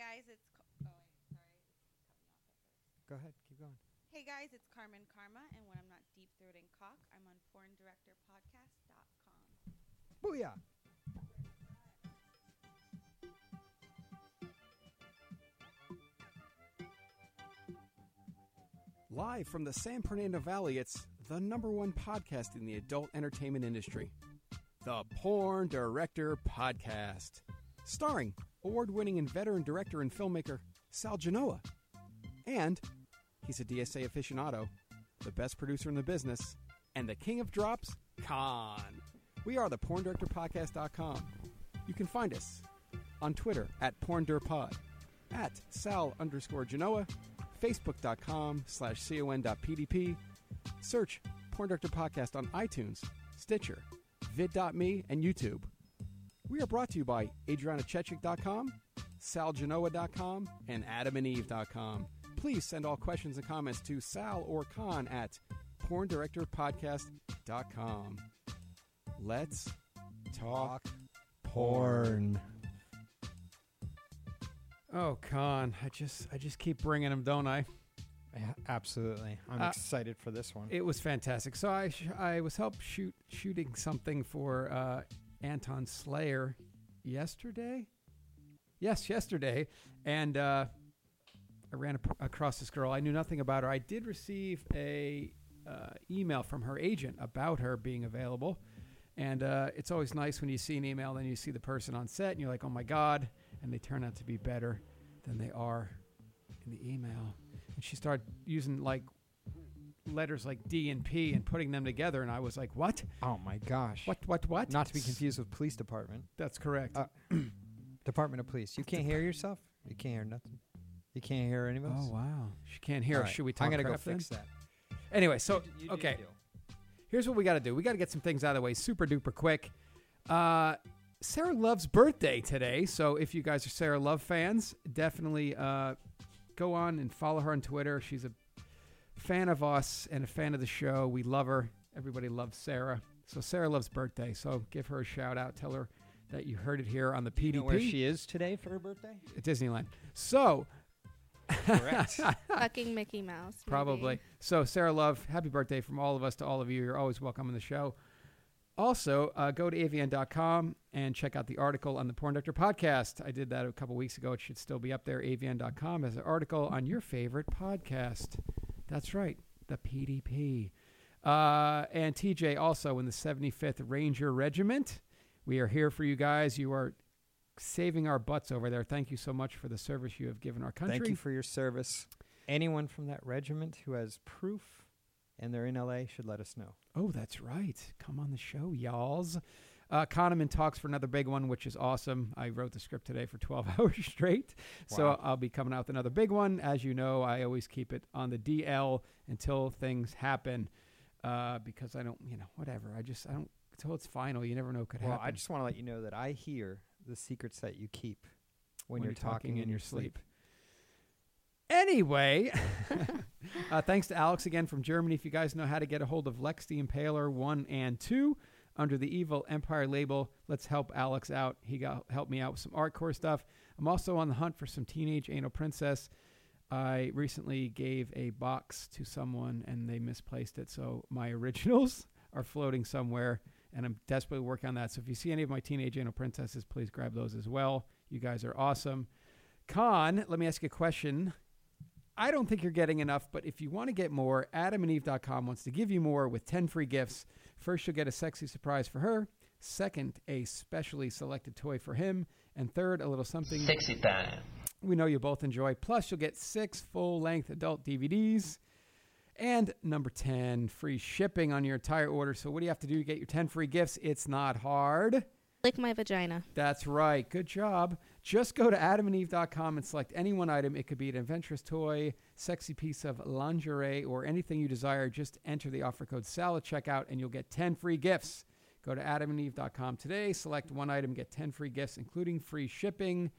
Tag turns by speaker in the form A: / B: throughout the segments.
A: guys, it's Ca- oh, wait, sorry, Cut me off at first.
B: Go ahead, keep going.
A: Hey guys, it's Carmen Karma, and when I'm not deep throating cock, I'm on PornDirectorPodcast.com.
B: Booyah!
C: Live from the San Fernando Valley, it's the number one podcast in the adult entertainment industry the Porn Director Podcast. Starring award winning and veteran director and filmmaker Sal Genoa. And he's a DSA aficionado, the best producer in the business, and the king of drops, Khan. We are the PornDirectorPodcast.com. You can find us on Twitter at PornDirPod, at Sal underscore Genoa, Facebook.com slash con.pdp. Search Porn Director Podcast on iTunes, Stitcher, vid.me, and YouTube. We are brought to you by AdrianaChechik.com, SalGenoa.com, and AdamandEve.com. Please send all questions and comments to Sal or Con at PornDirectorPodcast.com. Let's talk porn. Oh, Con, I just I just keep bringing them, don't I?
B: Absolutely. I'm
C: Uh,
B: excited for this one.
C: It was fantastic. So I sh- I was help shoot shooting something for uh, Anton Slayer yesterday. Yes, yesterday, and uh, I ran ap- across this girl. I knew nothing about her. I did receive a uh, email from her agent about her being available, and uh, it's always nice when you see an email and you see the person on set, and you're like, oh my god, and they turn out to be better than they are in the email. And she started using like letters like D and P and putting them together, and I was like, what,
B: oh my gosh.
C: what, what, what?
B: Not to be confused with police department.
C: That's correct.
B: Uh, Department of Police. You can't hear yourself? You can't hear nothing. You can't hear any of us?
C: oh wow, she can't hear.
B: All right,
C: Should we talk?
B: I'm gonna go
C: crap then?
B: fix that.
C: Anyway, so
B: You do your
C: okay.
B: deal.
C: here's what we got to do. We got to get some things out of the way super duper quick. Uh, Sarah Love's birthday today. So if you guys are Sarah Love fans, definitely uh, go on and follow her on Twitter. She's a fan of us and a fan of the show. We love her. Everybody loves Sarah. So Sarah Love's birthday. So give her a shout out. Tell her that you heard it here on the PDP
B: You know where she is today for her birthday?
C: at Disneyland. So
B: Correct.
D: fucking Mickey Mouse. maybe.
C: Probably. So, Sarah Love, happy birthday from all of us to all of you. You're always welcome on the show. Also, uh, go to avn.com and check out the article on the Porn Doctor podcast. I did that a couple weeks ago. It should still be up there. avn.com as an article on your favorite podcast. That's right, the PDP. Uh, and TJ also in the 75th Ranger Regiment. We are here for you guys. You are saving our butts over there. Thank you so much for the service you have given our country.
B: Thank you for your service. Anyone from that regiment who has proof and they're in LA should let us know.
C: Oh, that's right. Come on the show, y'alls. Uh, Kahneman talks for another big one, which is awesome. I wrote the script today for 12 hours straight. So
B: Wow.
C: I'll be coming out with another big one. As you know, I always keep it on the DL until things happen uh, because I don't, you know, whatever. I just, I don't, until it's final, you never know what could
B: Well,
C: happen.
B: I just want to let you know that I hear the secrets that you keep when, you're, talking, in your sleep.
C: Anyway, uh, thanks to Alex again from Germany. If you guys know how to get a hold of Lex the Impaler 1 and 2 under the Evil Empire label, let's help Alex out. He got helped me out with some hardcore stuff. I'm also on the hunt for some Teenage Anal Princess. I recently gave a box to someone and they misplaced it, so my originals are floating somewhere, and I'm desperately working on that. So if you see any of my Teenage Anal Princesses, please grab those as well. You guys are awesome. Con, let me ask you a question. I don't think you're getting enough, but if you want to get more, adamandeve.com wants to give you more with 10 free gifts. First, you'll get a sexy surprise for her. Second, a specially selected toy for him. And third, a little something
E: Sexy time.
C: we know you both enjoy. Plus, you'll get six full length adult DVDs. And number 10, free shipping on your entire order. So, what do you have to do to get your 10 free gifts? It's not hard.
D: Lick my vagina.
C: That's right. Good job. Just go to adamandeve.com and select any one item. It could be an adventurous toy, sexy piece of lingerie, or anything you desire. Just enter the offer code SAL at checkout and you'll get 10 free gifts. Go to adamandeve.com today, select one item, get 10 free gifts, including free shipping.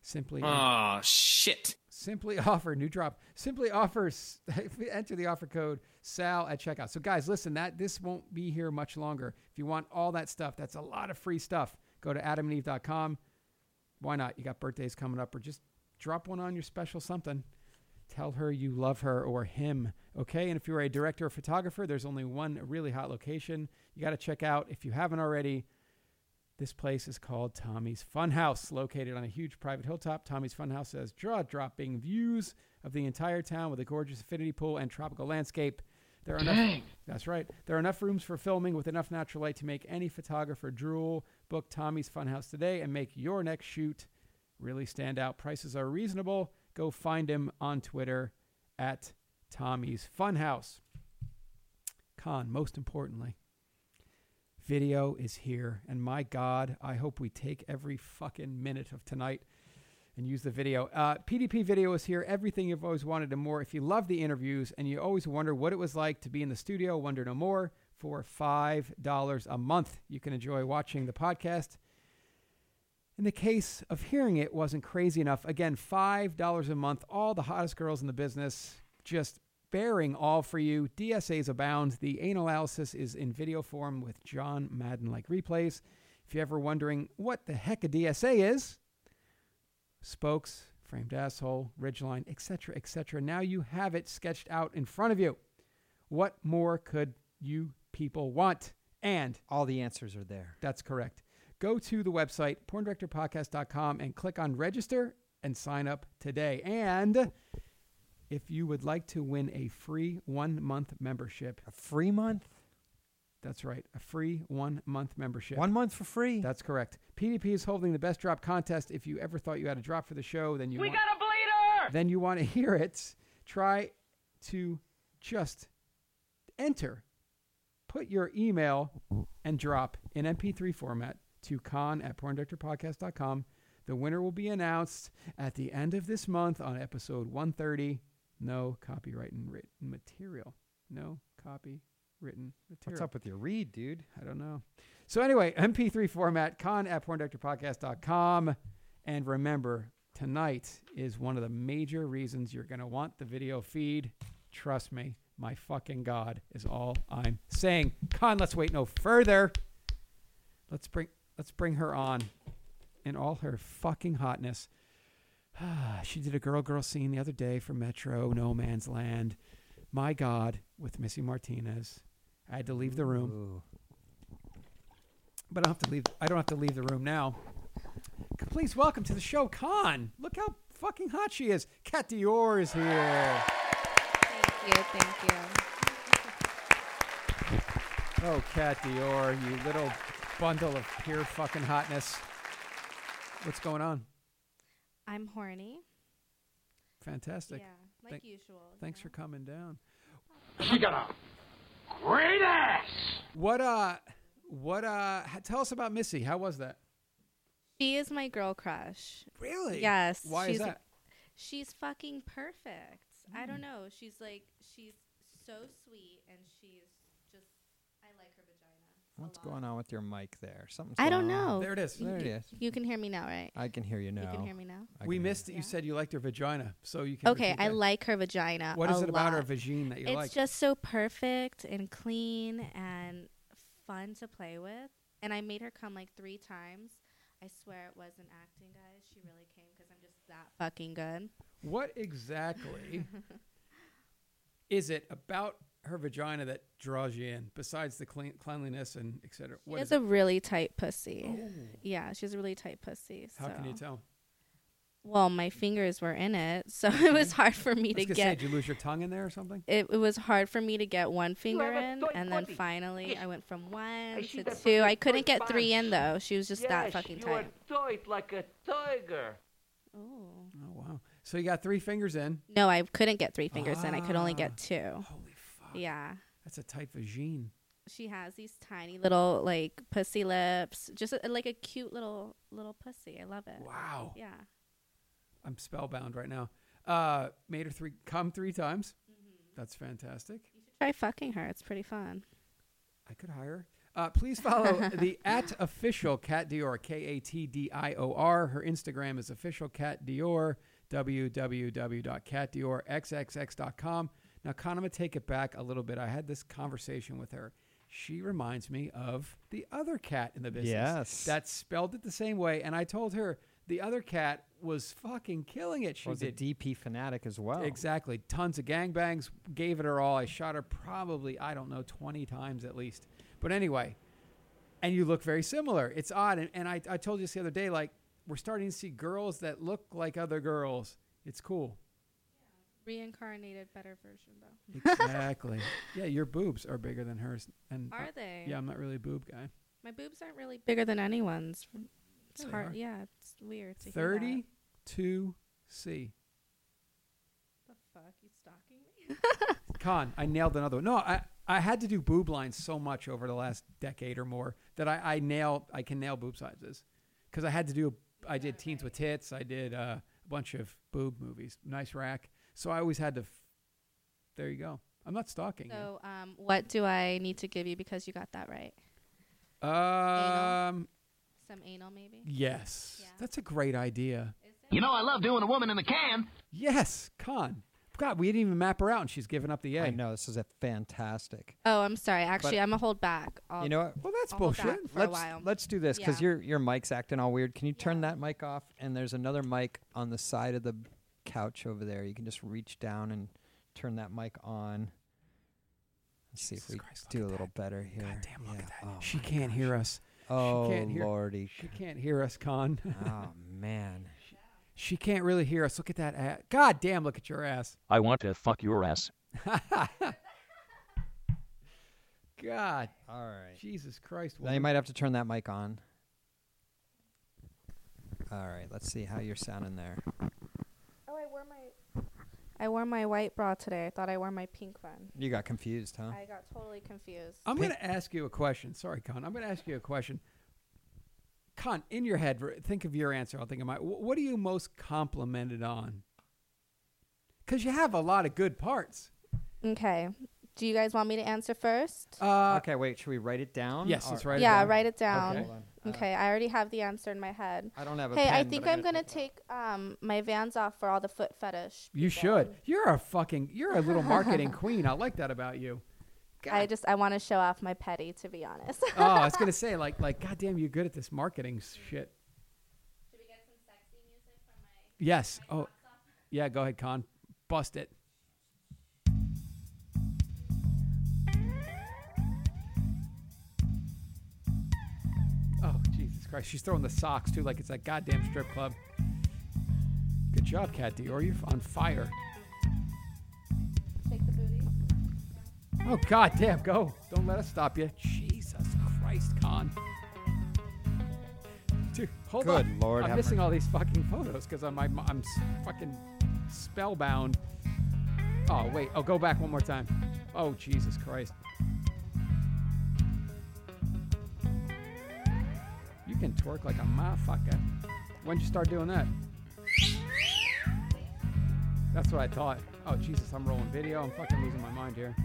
C: Simply
E: Oh shit.
C: Simply offer new drop. Simply offers. Enter the offer code Sal at checkout. So guys, listen. That this won't be here much longer. If you want all that stuff, that's a lot of free stuff. Go to AdamandEve.com. Why not? You got birthdays coming up, or just drop one on your special something. Tell her you love her or him. Okay. And if you're a director or photographer, there's only one really hot location you got to check out. If you haven't already, this place is called Tommy's Funhouse, located on a huge private hilltop. Tommy's Funhouse has jaw dropping views of the entire town with a gorgeous infinity pool and tropical landscape. There are enough, that's right. There are enough rooms for filming with enough natural light to make any photographer drool. Book Tommy's Funhouse today and make your next shoot really stand out. Prices are reasonable. Go find him on Twitter at Tommy's Funhouse. Con, most importantly, video is here. And my God, I hope we take every fucking minute of tonight and use the video. Uh, PDP video is here. Everything you've always wanted and more. If you love the interviews and you always wonder what it was like to be in the studio, wonder no more. For $5 a month, you can enjoy watching the podcast. In the case of hearing it wasn't crazy enough, again, $5 a month, all the hottest girls in the business just bearing all for you. DSAs abound. The analysis is in video form with John Madden like replays. If you're ever wondering what the heck a DSA is, spokes, framed asshole, ridgeline, etc., etc. Now you have it sketched out in front of you. What more could you people want? And
B: All the answers are there.
C: that's correct. Go to the website, porndirectorpodcast.com, and click on register and sign up today. And if you would like to win a free one month membership,
B: A free month?
C: that's right, a free one month membership.
B: One month for free?
C: That's correct. PDP is holding the best drop contest. If you ever thought you had a drop for the show, then you we want, got a bleeder. Then you want to hear it. Try to just enter, put your email, and drop in MP3 format to con at porndirectorpodcast.com. The winner will be announced at the end of this month on episode 130. No copyright and written material. No copy written material.
B: What's up with your read, dude?
C: I don't know. So anyway, MP3 format, con at porndirectorpodcast.com. And remember, tonight is one of the major reasons you're going to want the video feed. Trust me, my fucking God is all I'm saying. Con, let's wait no further. Let's bring let's bring her on in all her fucking hotness. she did a girl girl scene the other day for Metro No Man's Land. My God, with Missy Martinez. I had to leave the room
B: Ooh.
C: but I don't have to leave. I don't have to leave the room now. Please welcome to the show, Con. Look how fucking hot she is. Kat Dior is here.
F: Thank you. Thank you.
C: Oh, Kat Dior, you little bundle of pure fucking hotness. What's going on?
F: I'm horny.
C: Fantastic.
F: yeah, like
C: thank-
F: usual. you
C: Thanks
F: know?
C: for coming down.
E: You got a great ass.
C: What uh, what uh? h- Tell us about Missy. How was that?
F: She is my girl crush.
C: Really?
F: Yes,
C: Why is
F: she's-
C: that?
F: She's fucking perfect. I don't
C: Mm.
F: know. She's like she's so sweet and she's just I like her vagina. a
B: What's
F: lot.
B: going on with your mic there? Something's
F: I
B: going
F: don't
B: on.
F: know.
C: There it is.
F: You-
B: There it
F: you-
B: is.
F: You can hear me now, right?
B: I can hear you now.
F: You can hear me now.
B: I
C: We
B: can
C: missed it.
B: hear
C: You
F: Yeah.
C: said you liked her vagina, so you can.
F: Okay,
C: repeat
F: I
C: that.
F: like her vagina.
C: What is
F: a
C: it about her
F: lot.
C: vagina that you
F: it's
C: like?
F: just so perfect and clean and fun to play with. And I made her come like three times. I swear it wasn't acting, guys. She really came because I'm just that fucking good.
C: What exactly is it about her vagina that draws you in, besides the clean, cleanliness and et cetera?
F: She
C: What
F: has
C: is
F: a
C: it?
F: really tight pussy.
C: Oh,
F: Yeah, she has a really tight pussy.
C: How can you
F: so-
C: tell?
F: Well, my fingers were in it, so it was hard for
C: I was
F: me to
C: gonna say,
F: get.
C: did you lose your tongue in there or something?
F: It, it was hard for me to get one finger in, and then finally I went from one to two. I couldn't get three in though. She was just that fucking tight. Ooh.
C: Oh wow! So you got three fingers in.
F: No, I couldn't get three fingers in. I could only
C: Ah.
F: get two.
C: Holy fuck!
F: Yeah.
C: That's a tight vagine.
F: She has these tiny little like pussy lips, just a, like a cute little little pussy. I love it.
C: Wow!
F: Yeah.
C: I'm spellbound right now. Uh, made her three come three times.
F: Mm-hmm.
C: That's fantastic.
F: Try fucking her. It's pretty fun.
C: I could hire. her. Uh, please follow the at official Cat Dior, K A T D I O R. Her Instagram is official Cat Dior, www.catdiorxxx.com. Now, Kanama, take it back a little bit. I had this conversation with her. She reminds me of the other cat in the business.
B: Yes.
C: That's spelled it the same way. And I told her The other cat was fucking killing it. She
B: was a
C: did
B: DP fanatic as
F: Oh.
B: well.
C: Exactly. Tons of gangbangs. Gave it her all. I shot her probably, I don't know, 20 times at least. But anyway, and you look very similar. It's odd. And, and I, I told you this the other day, like, we're starting to see girls that look like other girls. It's cool.
F: Reincarnated, better version though.
C: Exactly. yeah, your boobs are bigger than hers. And uh,
F: Are they?
C: yeah, I'm not really a boob guy.
F: My boobs aren't really bigger than anyone's.
C: Yeah,
F: It's
C: they are.
F: hard. Yeah, it's weird to hear that.
C: 32C.
F: The fuck, you stalking me?
C: Con, I nailed another one. No, I, I had to do boob lines so much over the last decade or more that I, I nail I can nail boob sizes because I had to do I did teens with tits I did uh, a bunch of boob movies nice rack so I always had to. F- there you go. I'm not stalking
F: So, um, what do I need to give you because you got that right?
C: you. Um.
F: Some anal, maybe.
C: Yes,
F: Yeah.
C: that's a great idea.
G: You know I love doing a woman in the can.
C: Yes, Con. God, we didn't even map her out, and she's giving up the A.
B: I know this is a fantastic.
F: Oh, I'm sorry. Actually, I'm gonna hold back. I'll
B: you know what?
C: Well, that's
F: I'll hold
C: bullshit.
F: back for a
B: let's
F: while.
B: let's do this because
F: Yeah.
B: your your mic's acting all weird. Can you turn that mic off? And there's another mic on the side of the couch over there. You can just reach down and turn that mic on. Let's see
C: Jesus
B: if we
C: Christ, look
B: do
C: at
B: a little
C: that.
B: better here.
C: God damn, look
B: Yeah.
C: at that.
B: Oh,
C: she can't hear us.
B: oh
C: can't hear-
B: lordy.
C: She can't hear us, Con.
B: oh man.
C: She can't really hear us. Look at that ass. God damn, look at your ass.
H: I want to fuck your ass.
C: God,
B: All right.
C: Jesus Christ.
B: Now you might have to turn that mic on. All right. Let's see how you're sounding there.
F: Oh, I wore my I wore my white bra today. I thought I wore my pink one.
B: You got confused, huh?
F: I got totally confused.
C: I'm going to ask you a question. Sorry, Con. I'm going to ask you a question. Con, in your head, r- think of your answer. I'll think of mine. Wh- What are you most complimented on? Because you have a lot of good parts.
F: Okay. Do you guys want me to answer first?
C: Uh,
B: okay. Wait. Should we write it down?
C: Yes, let's
B: or-
C: write it
F: yeah,
C: down.
F: write it down.
C: Okay.
F: Okay.
B: Hold on. Uh,
F: I already have the answer in my head.
B: I don't have a
F: Hey, I
B: pen,
F: think
B: but
F: I'm gonna take um my Vans off for all the foot fetish.
C: You
F: people.
C: should. You're a fucking, you're a little marketing queen. I like that about you.
F: I just I want to show off my petty, to be honest.
C: Oh, I was going to say, like, like, God damn, you're good at this marketing shit.
F: Should we get some sexy music from my
C: Yes. Oh, yeah. Go ahead, Con. Bust it. Oh, Jesus Christ. She's throwing the socks, too, like it's that goddamn strip club. Good job, Cat Dior. You're on fire.
F: shake the booty?
C: Oh, God damn. Go. Don't let us stop you. Jesus Christ, Con. Dude, hold
B: Good
C: on.
B: Lord,
C: I'm
B: have
C: missing
B: mercy.
C: all these fucking photos because I'm, I'm, I'm s- fucking spellbound. Oh, wait. Oh, go back one more time. Oh, Jesus Christ. You can twerk like a motherfucker. When'd you start doing that? That's what I thought. Oh, Jesus, I'm rolling video. I'm fucking losing my mind here.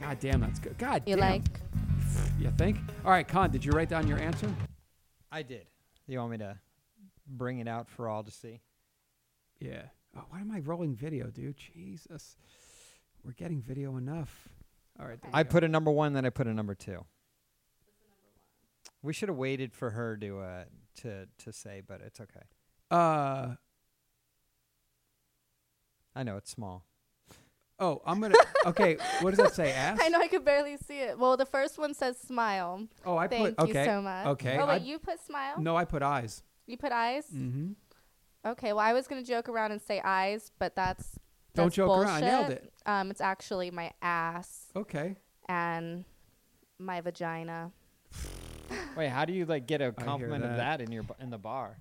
C: God damn, that's good. God
F: You
C: damn.
F: like?
C: You think? All right, Con, did you write down your answer?
B: I did. You want me to bring it out for all to see?
C: Yeah. Oh, why am I rolling video, dude? Jesus. We're getting video enough. All right. there
B: I
C: you go.
B: put a number one, then I put a number two. We should have waited for her to uh, to to say, but it's okay.
C: Uh,
B: I know it's small.
C: oh, I'm going to. Okay, what does that say? Ass?
F: I know I could barely see it. Well, the first one says smile.
C: Oh, I
F: Thank
C: put. Okay.
F: you so much.
C: Okay.
F: Oh, wait,
C: I-
F: you put smile?
C: No, I put eyes.
F: You put eyes?
C: Mm-hmm.
F: Okay, well, I was going to joke around and say eyes, but that's.
C: Don't
F: that's
C: joke around. I
F: bullshit.
C: nailed it.
F: Um, it's actually my ass
C: Okay.
F: and my vagina.
B: Wait, how do you like get a
C: hear compliment of that.
B: in your in the bar?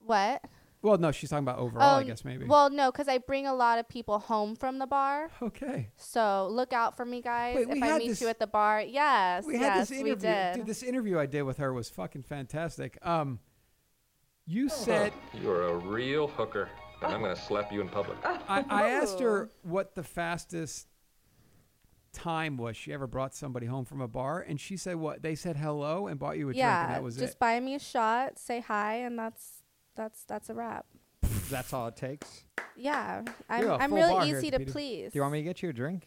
F: What?
C: Well, no, she's talking about overall, I
F: Um,
C: guess, maybe.
F: Well, no, because I bring a lot of people home from the bar.
C: okay.
F: So look out for me, guys.
C: Wait, we
F: if I
C: had
F: meet
C: this-
F: you at the bar, yes,
C: we had
F: yes,
C: this
F: we
C: interview.
F: did.
C: Dude, this interview I did with her was fucking fantastic. Um,
F: Oh.
C: you said
I: You're a real hooker, and I'm gonna slap you in public.
C: I, I asked
F: Oh.
C: her what the fastest time was she ever brought somebody home from a bar, and she said what they said hello and bought you a drink, and
F: yeah,
C: that was
F: just
C: it.
F: buy me a shot, say hi, and that's that's that's a wrap.
B: That's all it takes.
F: Yeah,
C: You're
F: I'm
C: a
F: I'm
C: full bar
F: really
C: here,
F: easy to
C: Peter.
F: please.
B: Do you want me to get you a drink?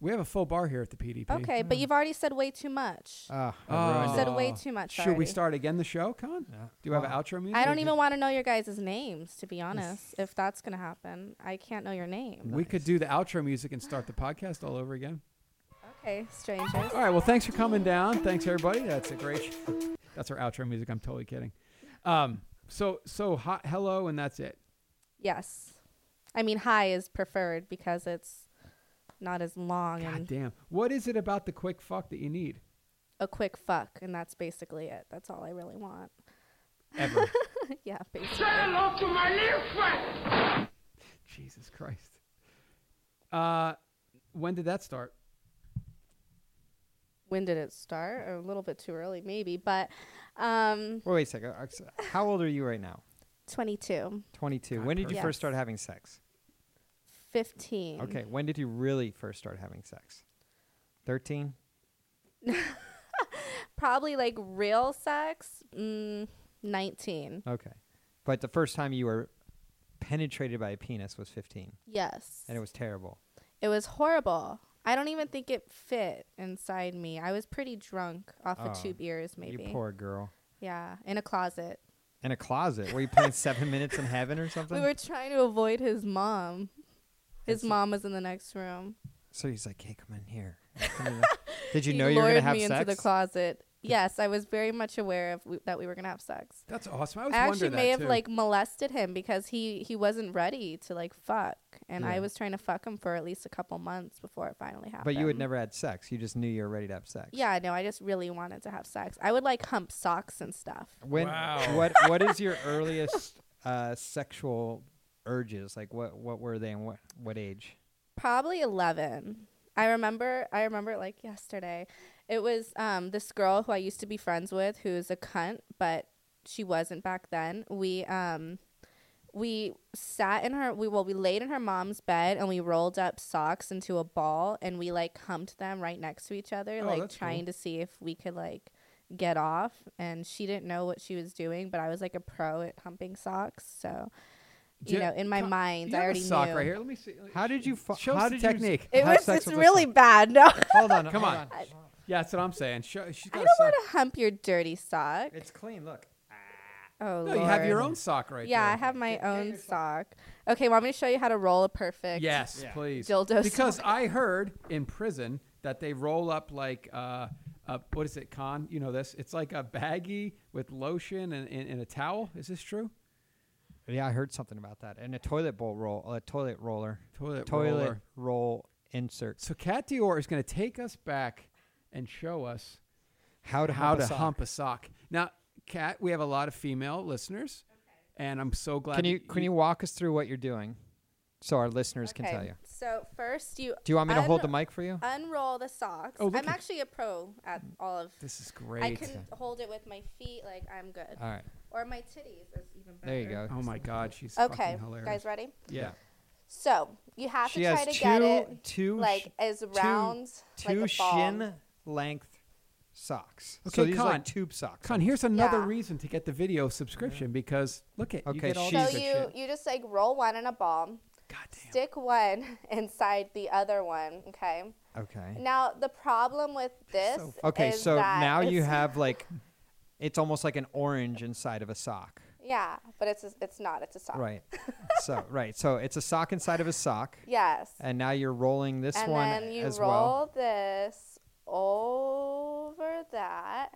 C: We have a full bar here at the PDP.
F: Okay, but you've already said way too much.
B: Ah, I
C: Oh.
F: you
B: ruined it.
F: said way
C: Oh.
F: too much.
C: Should we
F: already.
C: start again the show, Con?
B: Yeah.
C: Do you have an
B: Well,
C: outro music?
F: I don't even want to know your guys' names, to be honest. if that's gonna happen, I can't know your name.
C: We could do the outro music and start the podcast all over again.
F: Okay, strangers.
C: All right. Well, thanks for coming down. Thanks everybody. That's a great. That's our outro music. I'm totally kidding. Um. So so hot hello and that's it.
F: Yes, I mean high is preferred because it's not as long
C: God
F: and
C: damn. What is it about the quick fuck that you need?
F: a quick fuck, and that's basically it. That's all I really want.
C: Ever.
F: yeah,
J: Say
F: basically.
J: hello to my little friend.
C: Jesus Christ. Uh, when did that start?
F: When did it start? A little bit too early, maybe, but um,
B: Well, wait a second. Ox- How old are you right now?
F: 22,
B: 22.
C: God,
B: When did you
F: perfect.
B: first start having sex?
F: 15.
B: Okay. When did you really first start having sex? 13?
F: Probably like real sex, mm, 19.
B: Okay. But the first time you were penetrated by a penis was 15,
F: Yes.
B: and it was terrible.
F: It was horrible. I don't even think it fit inside me. I was pretty drunk off
B: Oh,
F: of two beers, maybe.
B: You poor girl.
F: Yeah, in a closet.
B: In a closet. Were you playing Seven Minutes in Heaven or something?
F: We were trying to avoid his mom. His
B: That's a-
F: mom was in the next room.
B: so he's like, hey, come in here. Come in here." did you
F: He
B: know you were going to
F: lured
B: have
F: me
B: sex?
F: into the closet. Yes, I was very much aware of w- that we were gonna have sex.
C: That's awesome. I was
F: I actually
C: wondering
F: may
C: that
F: have
C: too.
F: like molested him because he he wasn't ready to like fuck, and
B: Yeah.
F: I was trying to fuck him for at least a couple months before it finally happened.
B: but you had never had sex. You just knew you were ready to have sex.
F: Yeah, no, I just really wanted to have sex. I would like hump socks and stuff.
B: When
C: Wow.
B: what what is your earliest uh, sexual urges? Like what what were they and what what age?
F: probably 11 i remember i remember it like yesterday it was um, this girl who i used to be friends with who's a cunt but she wasn't back then we um we sat in her we well we laid in her mom's bed and we rolled up socks into a ball and we like humped them right next to each other
C: Oh,
F: like
C: that's cool.
F: trying to see if we could like get off and she didn't know what she was doing but i was like a pro at humping socks so
C: Do
F: you
C: you-
F: know in my
C: Con-
F: mind
C: you
F: i
C: have
F: already
C: a sock
F: knew
C: right here. Let me see.
B: How did you fu-
C: Show us
B: how
C: the
B: did you-
C: technique.
F: it
B: Have
F: was
B: sex
F: it's
B: with a
F: really
B: sock.
F: bad no
B: Hold on,
C: Come
B: hold
C: on. Yeah, that's what I'm saying. Show, she's got
F: I
C: a
F: don't
C: sock.
F: want to hump your dirty sock.
B: It's clean. Look,
F: oh,
C: No, you have your
F: Lord.
C: own sock right
F: yeah,
C: there.
F: I have my own sock. Okay, want me to show you how to roll a perfect?
C: Yes,
B: Yeah.
C: please.
F: Dildo
C: Because I heard in prison that they roll up like uh, uh, what is it, con? You know this? It's like a baggie with lotion and, and, and a towel. Is this true?
B: yeah, I heard something about that. And a toilet bowl roll, a toilet roller,
C: Toilet roller.
B: roll insert.
C: So Kat Dior is going to take us back and show us
B: How to
C: how
B: hump
C: to
B: a sock.
C: hump a sock. Now, Kat, we have a lot of female listeners, and I'm so glad.
B: Can
C: that
B: you can you walk us through what you're doing, so our listeners can tell you?
F: So first, you
B: Do you want me to hold the
F: un-
B: mic for you?
F: Unroll the socks.
C: Oh, look
F: I'm
C: at-
F: actually a pro at all of.
C: This is
F: I
C: great.
F: can hold it with my feet, like I'm good,
B: All right,
F: or my titties is even better.
B: Uh, there you go.
C: Oh my God, she's
F: Okay,
C: fucking hilarious.
F: guys, ready?
C: yeah.
F: So you have
B: She
F: to
B: has
F: try to
B: two
F: get it
B: two sh-
F: like as round,
B: two, two
F: like a ball.
B: shin length socks. so
C: Okay,
B: these are
C: Con.
B: like tube socks.
C: Con, here's another
F: Yeah.
C: reason to get the video subscription because look at you
B: Okay,
C: get all
B: she's
F: So
B: piece of
F: you
B: shit.
F: you just like roll one in a ball,
C: goddamn.
F: stick one inside the other one. Okay.
B: Okay.
F: Now the problem with this.
C: So-
B: Okay,
F: is
B: so
F: that
B: now you
F: it's-
B: have like, it's almost like an orange inside of a sock.
F: Yeah, but it's a, it's not. It's a sock.
B: Right. so right. So it's a sock inside of a sock,
F: Yes.
B: and now you're rolling this
F: and
B: one
F: then you
B: as
F: roll
B: well.
F: this over that,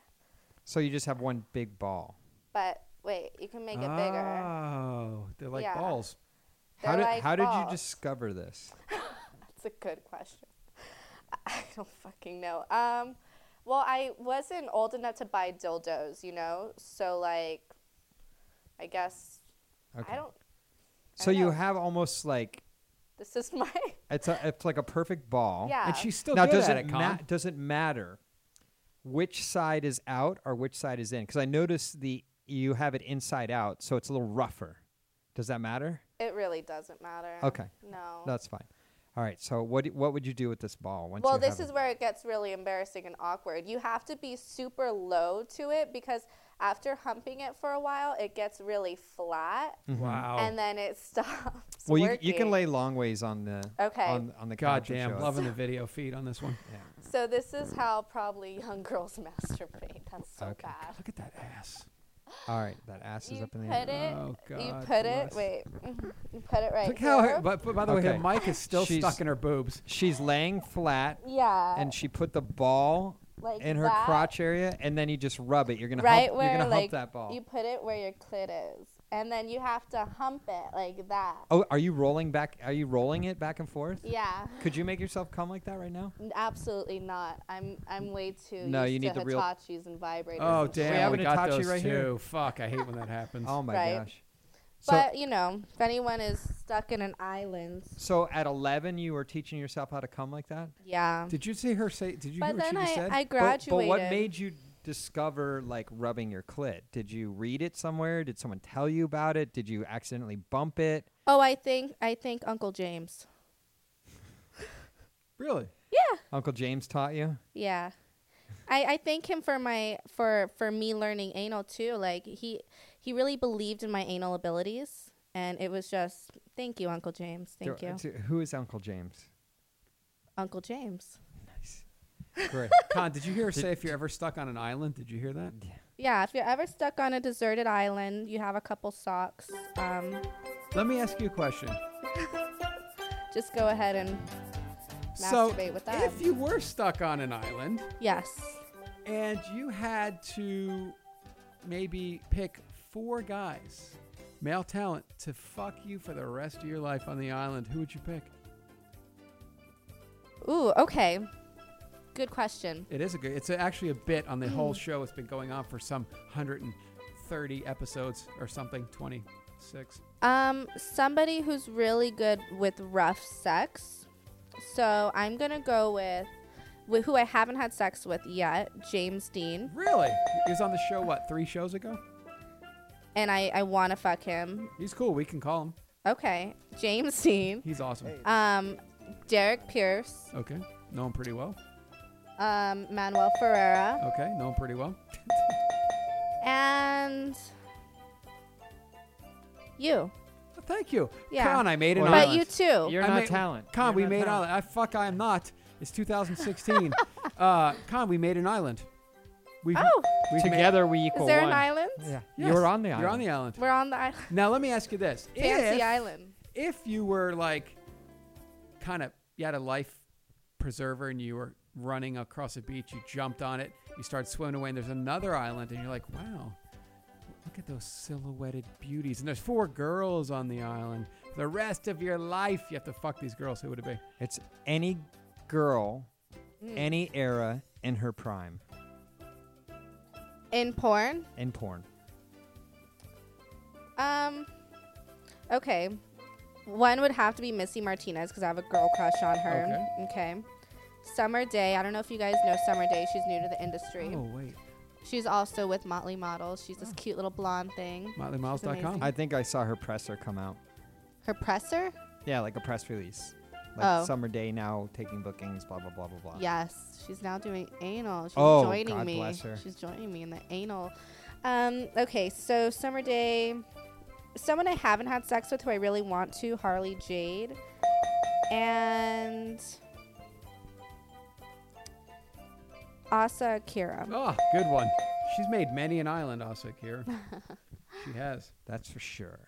B: So you just have one big ball.
F: but wait, you can make it bigger.
C: Oh, they're like
F: Yeah.
C: balls.
B: Ah. How
F: They're
B: did
F: like
B: how did you
F: balls.
B: discover this?
F: That's a good question. I don't fucking know. Um, well, I wasn't old enough to buy dildos, you know, so like, I guess
B: Okay.
F: I don't.
B: so you
F: know.
B: have almost like
F: This is my.
B: it's a, it's like a perfect ball.
F: Yeah.
C: And she's still
B: now
C: good
B: does
C: at
B: it
C: it, Con.
B: ma- does it matter which side is out or which side is in? Because I noticed the you have it inside out, so it's a little rougher. Does that matter?
F: It really doesn't matter.
B: Okay.
F: No.
B: That's fine. All right. So what do- what would you do with this ball once
F: Well,
B: you
F: this
B: have
F: is
B: it?
F: where it gets really embarrassing and awkward. You have to be super low to it because after humping it for a while, it gets really flat
C: Wow.
B: mm-hmm.
F: and then it stops.
B: Oh. Well, you, you
F: working.
B: can lay long ways on the
F: Okay.
B: on, on the couch and
C: Goddamn,
B: show it.
C: loving the video feed on this one.
F: So this is how probably young girls masturbate. That's so
B: Okay.
F: bad.
C: Look at that ass.
B: All right, that ass is
F: You
B: up in
F: put
B: the
F: it.
B: air.
C: Oh,
F: you
C: God
F: put it.
C: bless.
F: Wait. You put it right
C: Look how.
F: here.
C: Her, but, but by the way,
B: Okay.
C: her mic is still
B: She's-
C: stuck in her boobs.
B: She's laying flat,
F: yeah.
B: and she put the ball
F: like
B: in her
F: that,
B: crotch area, and then you just rub it. You're gonna
F: Right
B: hump,
F: where
B: you're gonna
F: like
B: hump that ball.
F: you put it where your clit is, and then you have to hump it like that.
B: Oh, are you rolling back? Are you rolling it back and forth?
F: Yeah.
B: Could you make yourself come like that right now?
F: N- Absolutely not. I'm I'm way too
B: No,
F: used
B: you need
F: to
B: the real-
F: Hitachis and vibrators.
C: Oh
F: and
C: damn,
B: We
F: shit.
B: have
C: we
B: an
C: got
B: Hitachi
C: those
B: right
C: too.
B: here.
C: Fuck, I hate when that happens.
B: Oh my
F: Right.
B: gosh! So,
F: But you know, if anyone is stuck in an island,
B: so at 11, you were teaching yourself how to come like that.
F: yeah.
C: Did you see her say? Did you hear
F: But
C: what she
F: then
C: just
F: I,
C: said?
F: I
B: But-
F: graduated.
B: But, what made you discover like rubbing your clit? Did you read it somewhere? Did someone tell you about it? Did you accidentally bump it?
F: Oh, I think I think Uncle James.
C: really?
B: Uncle James taught you.
F: Yeah. I, I thank him for my for for me learning anal too. Like he he really believed in my anal abilities and it was just thank you Uncle James.
B: Do-
F: Thank you.
B: do- who is Uncle James?
F: Uncle James.
B: Great.
C: Con, did you hear her say if you're ever stuck on an island? Did you hear that?
F: Yeah, if you're ever stuck on a deserted island, you have a couple socks. Um,
C: Let me ask you a question.
F: just go ahead and
C: So,
F: masturbate with that.
C: if you were stuck on an island
F: yes.
C: and you had to maybe pick four guys, male talent, to fuck you for the rest of your life on the island, who would you pick?
F: Ooh, okay. Good question.
C: It is a good. It's actually a bit on the
F: Mm.
C: whole show. It's been going on for some 130 episodes or something. 26.
F: Um, somebody who's really good with rough sex. So I'm gonna go with, with who I haven't had sex with yet, James Dean,
C: Really? He was on the show what three shows ago?
F: and I I want to fuck him.
C: He's cool. We can call him.
F: Okay, James Dean.
C: He's awesome.
F: Um, Derek Pierce.
C: Okay. Know him pretty well.
F: Um, Manuel Ferreira,
C: Okay. Know him pretty well.
F: and you.
C: Thank you.
F: Yeah.
C: Con, I made an
B: Well,
F: But
C: island.
F: you too.
B: You're
C: I
B: not
C: made-
B: talent.
C: Con,
B: You're
C: we
B: not
C: made
B: talent.
C: island. I fuck, I am not. It's 2016. uh, Con, we made an island. We've,
F: oh,
C: we've made-
B: Together we equal
F: is there
B: one.
F: an island?
B: Yeah.
C: Yes,
B: You're on the island.
C: You're on the island.
F: We're on the island.
C: Now let me ask you this:
F: Fancy
C: If-
F: island.
C: if you were like kind of you had a life preserver and you were running across a beach you jumped on it you started swimming away and there's another island and you're like wow look at those silhouetted beauties and there's four girls on the island for the rest of your life you have to fuck these girls who would it be
B: It's any girl,
F: Mm.
B: any era in her prime
F: In porn?
B: in porn.
F: Um. Okay. One would have to be Missy Martinez because I have a girl crush on her. Okay. Summer Day. I don't know if you guys know Summer Day. She's new to the industry.
C: oh wait
F: She's also with Motley Models. She's this cute little blonde thing.
C: MotleyMiles.com
B: I think I saw her presser come out.
F: Her presser?
B: Yeah, like a press release. Like
F: Oh.
B: summer day now, taking bookings, blah blah blah blah blah.
F: Yes. She's now doing anal. She's
B: Oh,
F: joining
B: God
F: me.
B: bless her.
F: She's joining me in the anal. Um. Okay. So Summer Day. Someone I haven't had sex with who I really want to, Harley Jade. And Asa Akira.
C: oh good one she's made many an island also here she has
B: That's for sure.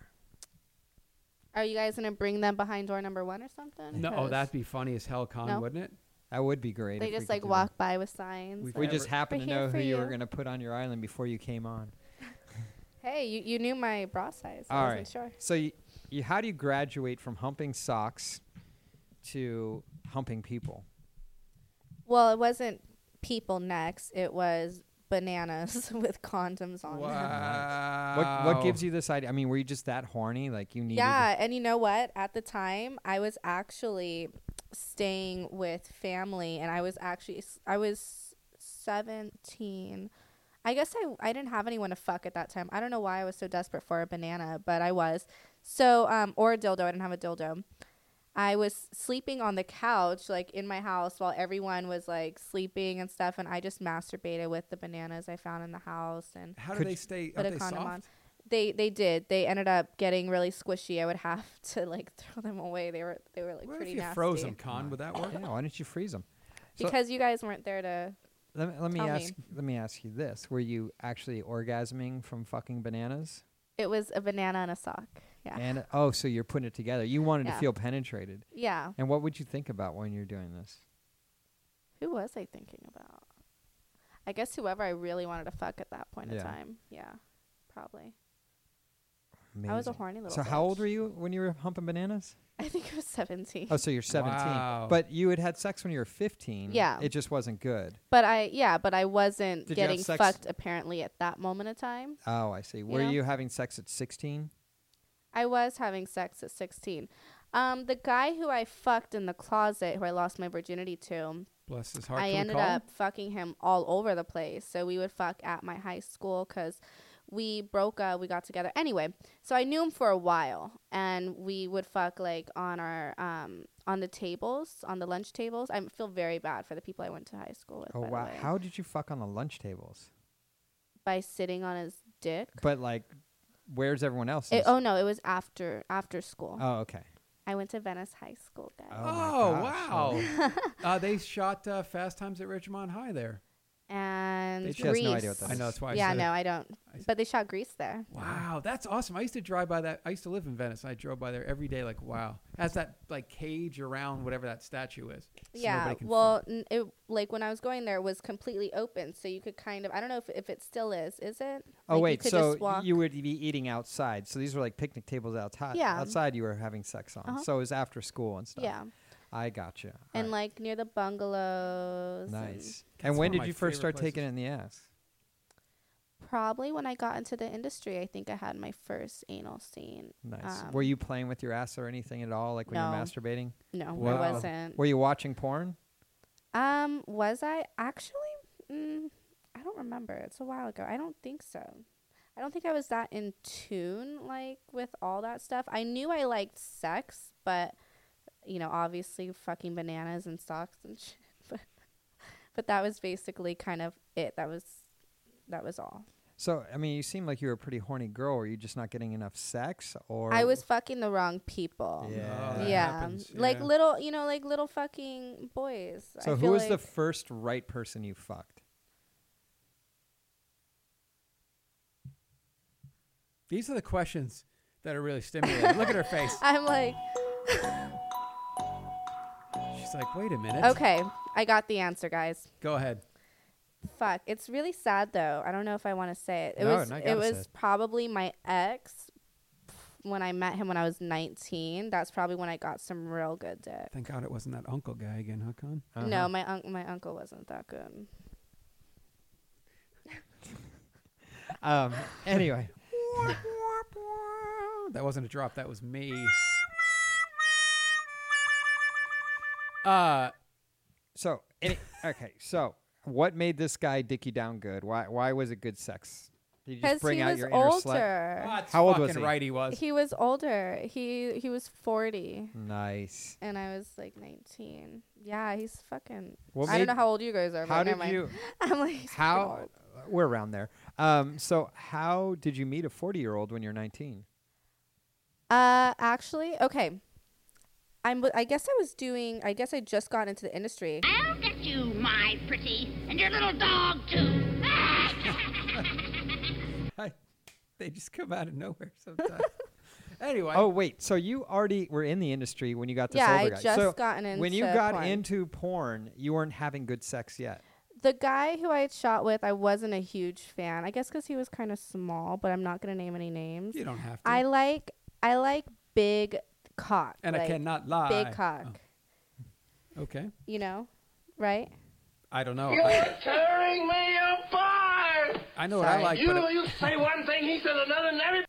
F: Are you guys gonna bring them behind door number one or something?
C: no oh,
F: 'Cause
C: that'd be funny as hell con
F: No.
C: wouldn't it
B: That would be great.
F: They
B: if we
F: just
B: could
F: like
B: do
F: walk by with signs.
C: We-
B: that. We
F: like,
B: just
C: Whatever.
B: happened
F: We're
B: to
F: here
B: know who
F: for
B: you were
F: you.
B: gonna put on your island before you came on.
F: hey, you, you knew my bra size. I
B: All
F: wasn't
B: right.
F: sure.
B: So, you, you, how do you graduate from humping socks to humping people?
F: Well, it wasn't people next. It was bananas with condoms on them.
C: wow
B: What what gives you this idea? I mean, were you just that horny? Like you needed?
F: Yeah, and you know what? At the time, I was actually staying with family, and I was actually I was seventeen. I guess I I didn't have anyone to fuck at that time. I don't know why I was so desperate for a banana, but I was. So um or a dildo. I didn't have a dildo. I was sleeping on the couch, like in my house, while everyone was like sleeping and stuff, and I just masturbated with the bananas I found in the house, and
C: How do
B: Could
C: they
B: you-
C: stay? Are
F: put a
C: they
F: condom
C: soft?
F: on. They they did. They ended up getting really squishy. I would have to like throw them away. They were they were like
C: what if
F: pretty
C: you
F: nasty.
C: froze them, Con? Would that work?
B: Yeah, why didn't you freeze them? So-
F: because you guys weren't there to.
B: Let me, let me
F: Tell me.
B: ask let me ask you this: Were you actually orgasming from fucking bananas?
F: It was a banana and a sock. Yeah.
B: And oh, so you're putting it together. You wanted to
F: Yeah.
B: feel penetrated.
F: yeah.
B: And what would you think about when you're doing this?
F: Who was I thinking about? I guess whoever I really wanted to fuck at that point
B: Yeah.
F: in time. Yeah. Probably. I was a
B: Amazing.
F: horny little.
B: So how old
F: bitch.
B: were you when you were humping bananas?
F: I think I was 17.
B: Oh, so you're 17.
C: Wow.
B: But you had had sex when you were 15.
F: Yeah.
B: It just wasn't good.
F: But I, yeah, but I wasn't
B: Did you have
F: getting
B: sex-
F: fucked apparently at that moment of time.
B: Oh, I see. Were
F: know?
B: you having sex at 16?
F: I was having sex at 16. Um, the guy who I fucked in the closet, who I lost my virginity to,
C: Bless his heart.
F: I
C: can we
F: ended
C: call him?
F: up fucking him all over the place. So we would fuck at my high school because we broke up, we got together. Anyway, so I knew him for a while, and we would fuck like on our um on the tables, on the lunch tables. I feel very bad for the people I went to high school with.
B: Oh
F: by the
B: wow.
F: way.
B: How did you fuck on the lunch tables?
F: by sitting on his dick.
B: But like, where's everyone else?
F: It, oh no, it was after after school.
B: oh, okay.
F: I went to Venice High School, guys,
B: Oh my
C: Oh,
B: gosh. Oh.
C: wow! uh, they shot uh, Fast Times at Ridgemont High there.
F: and
B: They- she has
F: Greece.
B: no idea what that
C: I know that's why. I
F: yeah,
C: said it.
F: no, I don't.
C: I s-
F: But they shot Greece there.
C: Wow, that's awesome. I used to drive by that. I used to live in Venice. And I drove by there every day. Like, wow, has that like cage around whatever that statue is. so
F: yeah.
C: nobody can
F: Well, n- it like when I was going there, it was completely open, so you could kind of. I don't know if if it still is. Is it?
B: Oh
F: Like,
B: wait,
F: you could
B: so
F: just walk.
B: you would be eating outside. So these were like picnic tables outside.
F: Yeah.
B: Outside you were having sex on.
F: Uh-huh.
B: So it was after school and stuff.
F: yeah,
B: I gotcha. All
F: and
B: right.
F: like near the bungalows. and
B: nice.
C: That's
B: And when
C: one of
B: did
C: my
B: you first start
C: favorite
B: taking
C: places.
B: it in the ass?
F: probably when I got into the industry, I think I had my first anal scene.
B: Nice.
F: Um,
B: were you playing with your ass or anything at all, like when you're
F: no.
B: masturbating?
F: No,
B: Wow.
F: I wasn't.
B: Were you watching porn?
F: Um, was I actually? Mm, I don't remember. It's a while ago. I don't think so. I don't think I was that in tune like with all that stuff. I knew I liked sex, but you know, obviously fucking bananas and socks and shit. But but that was basically kind of it. That was that was all.
B: So I mean, you seem like you were a pretty horny girl. Were you just not getting enough sex, or
F: I was fucking the wrong people.
B: Yeah.
C: Oh, that
F: Yeah.
C: happens,
F: Like
C: yeah.
F: little, you know, like little fucking boys. I
B: So who
F: feel
B: was the
F: like-
B: first right person you fucked?
C: These are the questions that are really stimulating. Look at her face.
F: I'm like,
C: She's like, wait a minute.
F: okay, I got the answer, guys.
C: Go ahead.
F: Fuck. It's really sad though. I don't know if I want to say it. It
B: No,
F: was
B: no, you
F: it
B: gotta say
F: was
B: it.
F: probably my ex when I met him when I was 19. That's probably when I got some real good dick.
C: Thank God it wasn't that uncle guy again, huh, Con?
B: Uh-huh.
F: No, my uncle my uncle wasn't that good.
B: Um. Anyway,
C: Oh, That wasn't a drop. That was me. Uh,
B: so any, okay. So what made this guy dick you down good? Why? Why was it good sex? Did you just
F: Cuz
B: bring
F: he
B: out
F: was
B: your inner slut?
F: older.
C: that's
B: How old was
C: fucking
B: he?
C: Right, he was.
F: He was older. He he was 40
B: Nice.
F: and I was like 19. Yeah, he's fucking
B: What
F: I don't
B: made-
F: know how old you guys are,
B: How
F: but
B: did
F: never mind.
B: you?
F: I'm like he's fucking
B: How?
F: old.
B: We're around there. Um. So how did you meet a forty-year-old when you're nineteen?
F: Uh, actually, okay. I'm. I guess I was doing. I guess I just got into the industry.
E: I'll get you, my pretty, and your little dog, too.
C: they just come out of nowhere sometimes. anyway.
B: Oh wait, so you already were in the industry when you got this
F: Yeah,
B: older
F: I
B: guy.
F: just
B: so
F: gotten
B: when you
F: into
B: got
F: porn.
B: into porn, you weren't having good sex yet.
F: The guy who I had shot with, I wasn't a huge fan. I guess because he was kind of small, but I'm not gonna name any names.
C: You don't have to.
F: I like. I like big cock.
C: and I
F: like
C: cannot lie.
F: Big cock.
C: Oh, okay.
F: You know, right?
C: I don't know.
E: You're
C: I,
E: tearing me apart!
C: I know what I
F: Sorry.
C: like, but
E: You,
C: it,
E: you say one thing, he says another, and every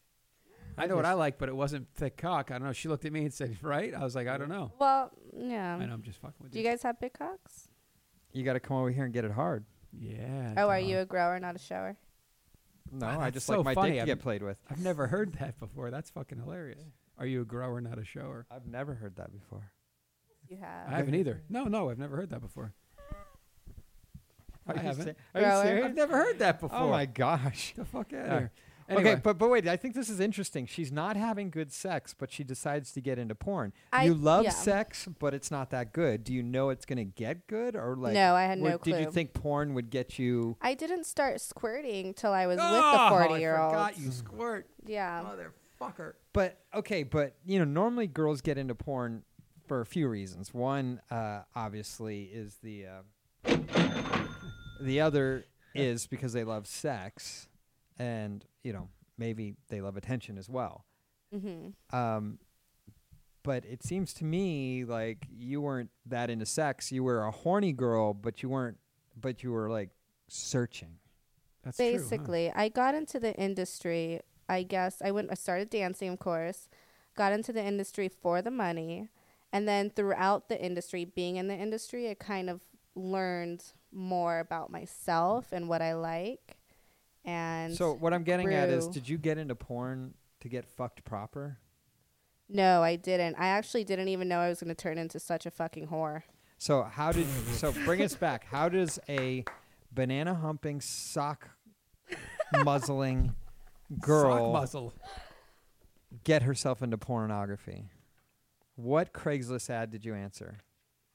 C: I know what I like, but it wasn't thick cock. I don't know. She looked at me and said, "Right." I was like, "I don't know."
F: Well, yeah.
C: I know. I'm just fucking with
F: Do you guys have big cocks?
B: You got to come over here and get it hard.
C: Yeah.
F: Oh, are
C: dog.
F: you a grower, not a shower?
B: No,
C: Wow,
B: I
C: that's
B: just
C: so
B: like my
C: funny.
B: dick
C: I'm-
B: to get played with.
C: I've never heard that before. That's fucking hilarious. Are you a grower, not a shower?
B: I've never heard that before.
F: You
C: I
F: have.
C: haven't either. No, no, I've never heard that before.
B: Are
C: I
B: you
C: haven't.
B: se- Are
F: Rowan?
B: you serious?
C: I've never heard that before.
B: Oh my gosh.
C: The fuck out
B: Yeah.
C: here. Anyway,
B: Okay, but but wait, I think this is interesting. She's not having good sex, but she decides to get into porn.
F: I-
B: you love
F: yeah.
B: sex, but it's not that good. Do you know it's going to get good or like
F: No, I had
B: were-
F: no
B: Did you
F: clue.
B: think porn would get you
F: I didn't start squirting till I was
C: Oh,
F: with the 40 year
C: I
F: old.
C: forgot you squirt,
F: Yeah.
C: motherfucker.
B: But okay, but you know, normally girls get into porn for a few reasons. One, uh, obviously, is the uh, the other is because they love sex, and you know, maybe they love attention as well.
F: hmm
B: Um, but it seems to me like you weren't that into sex. You were a horny girl, but you weren't. But you were like searching.
C: That's true, huh?
F: Basically, I got into the industry. I guess I went. I started dancing, of course. Got into the industry for the money, and then throughout the industry, being in the industry, I kind of learned more about myself and what I like. And
B: so what I'm getting at is,
F: grew.
B: did you get into porn to get fucked proper?
F: no, I didn't. I actually didn't even know I was going to turn into such a fucking whore.
B: So how did so bring us back? How does a banana humping sock muzzling
C: Sock
B: girl
C: muzzle.
B: get herself into pornography? What Craigslist ad did you answer?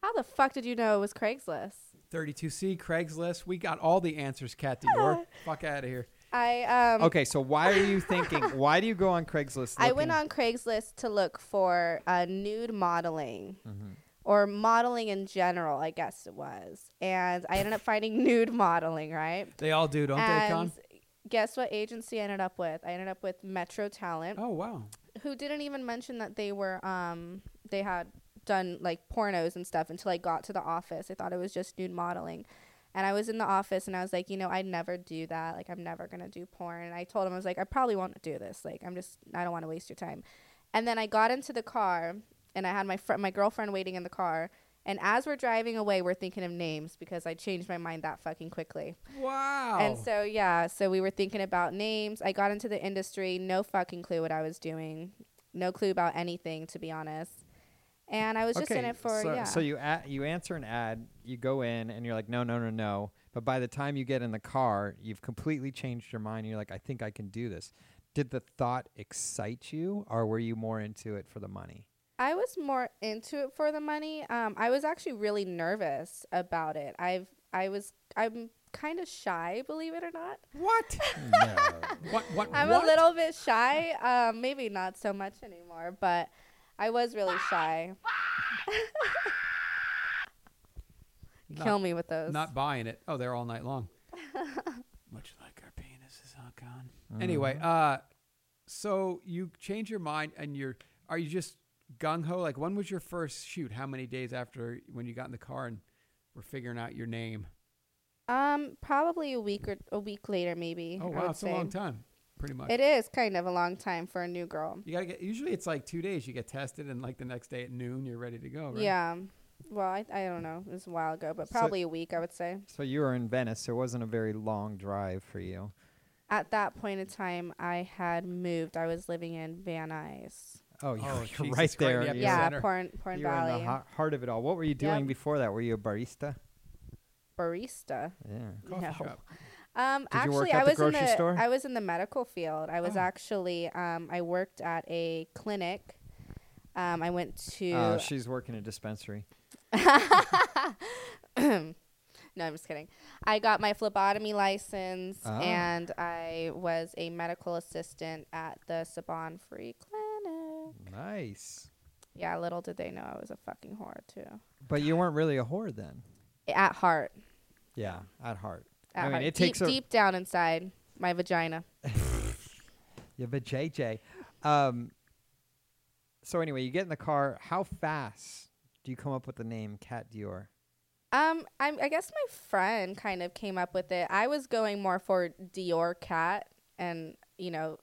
F: How the fuck did you know it was Craigslist?
C: 32C, Craigslist. We got all the answers, Cat Dior. Fuck out of here.
F: I um.
B: Okay, so why are you thinking? Why do you go on Craigslist?
F: I went
B: looking-
F: on Craigslist to look for uh, nude modeling
C: Mm-hmm.
F: or modeling in general, I guess it was. And I ended up finding nude modeling, right?
C: They all do, don't they, Con?
F: and guess what agency I ended up with? I ended up with Metro Talent,
C: Oh, wow.
F: who didn't even mention that they were, um, they had done like pornos and stuff until I got to the office. I thought it was just nude modeling. And I was in the office and I was like, you know, I'd never do that. Like, I'm never going to do porn. And I told him, I was like, I probably won't do this. Like, I'm just, I don't want to waste your time. And then I got into the car and I had my fr- my girlfriend waiting in the car. And as we're driving away, we're thinking of names because I changed my mind that fucking quickly.
C: Wow.
F: And so, yeah, so we were thinking about names. I got into the industry, no fucking clue what I was doing, no clue about anything, to be honest. And I was just in it for,
B: so,
F: yeah.
B: so you a- you answer an ad, you go in, and you're like, no, no, no, no. But by the time you get in the car, you've completely changed your mind. You're like, I think I can do this. Did the thought excite you, or were you more into it for the money?
F: I was more into it for the money. Um, I was actually really nervous about it. I've, I was, I'm kind of shy, believe it or not.
C: what?
B: No.
C: What? What?
F: I'm
C: what?
F: a little bit shy. Um, maybe not so much anymore, but I was really shy.
C: Not-
F: Kill me with those.
C: Not buying it. Oh, they're all night long. Much like our penises, huh, Con? Anyway, uh, so you change your mind and you're, are you just gung ho? Like, when was your first shoot? How many days after when you got in the car and were figuring out your name?
F: Um, probably a week or a week later, maybe.
C: Oh,
F: I
C: wow.
F: would
C: It's
F: say.
C: a long time, pretty much.
F: It is kind of a long time for a new girl.
C: You gotta get. Usually, it's like two days. You get tested, and like the next day at noon, you're ready to go. Right?
F: Yeah. Well, I, I don't know. It was a while ago, but
B: So-
F: probably a week, I would say.
B: So you were in Venice. There wasn't a very long drive for you.
F: At that point in time, I had moved. I was living in Van Nuys.
B: Oh, you
C: Oh,
B: are
C: Jesus
B: right
C: Christ,
B: there.
C: yep.
B: You
F: Yeah,
C: center.
F: Porn,
B: were-
F: Porn
B: you were in the
F: Valley.
B: hot- heart of it all. What were you doing
F: Yep.
B: before that? Were you a barista?
F: Barista.
B: Yeah.
C: Coffee
F: No.
C: shop.
F: Um,
B: Did you
F: actually,
B: work
F: I
B: at the
F: was in
B: grocery
F: the
B: store?
F: I was in the medical field. I was
C: Oh.
F: actually um, I worked at a clinic. Um, I went to
B: Oh, she's working a dispensary.
F: No, I'm just kidding. I got my phlebotomy license
B: Ah.
F: and I was a medical assistant at the Saban Free Clinic.
B: Nice.
F: Yeah, little did they know I was a fucking whore too.
B: But you weren't really a whore then.
F: At heart.
B: Yeah, at heart.
F: At
B: I mean,
F: heart.
B: it
F: deep,
B: takes a
F: deep down inside my vagina.
B: yeah, but JJ. Um. So anyway, you get in the car. How fast do you come up with the name Cat Dior?
F: Um, I'm, I guess my friend kind of came up with it. I was going more for Dior Cat, and you know,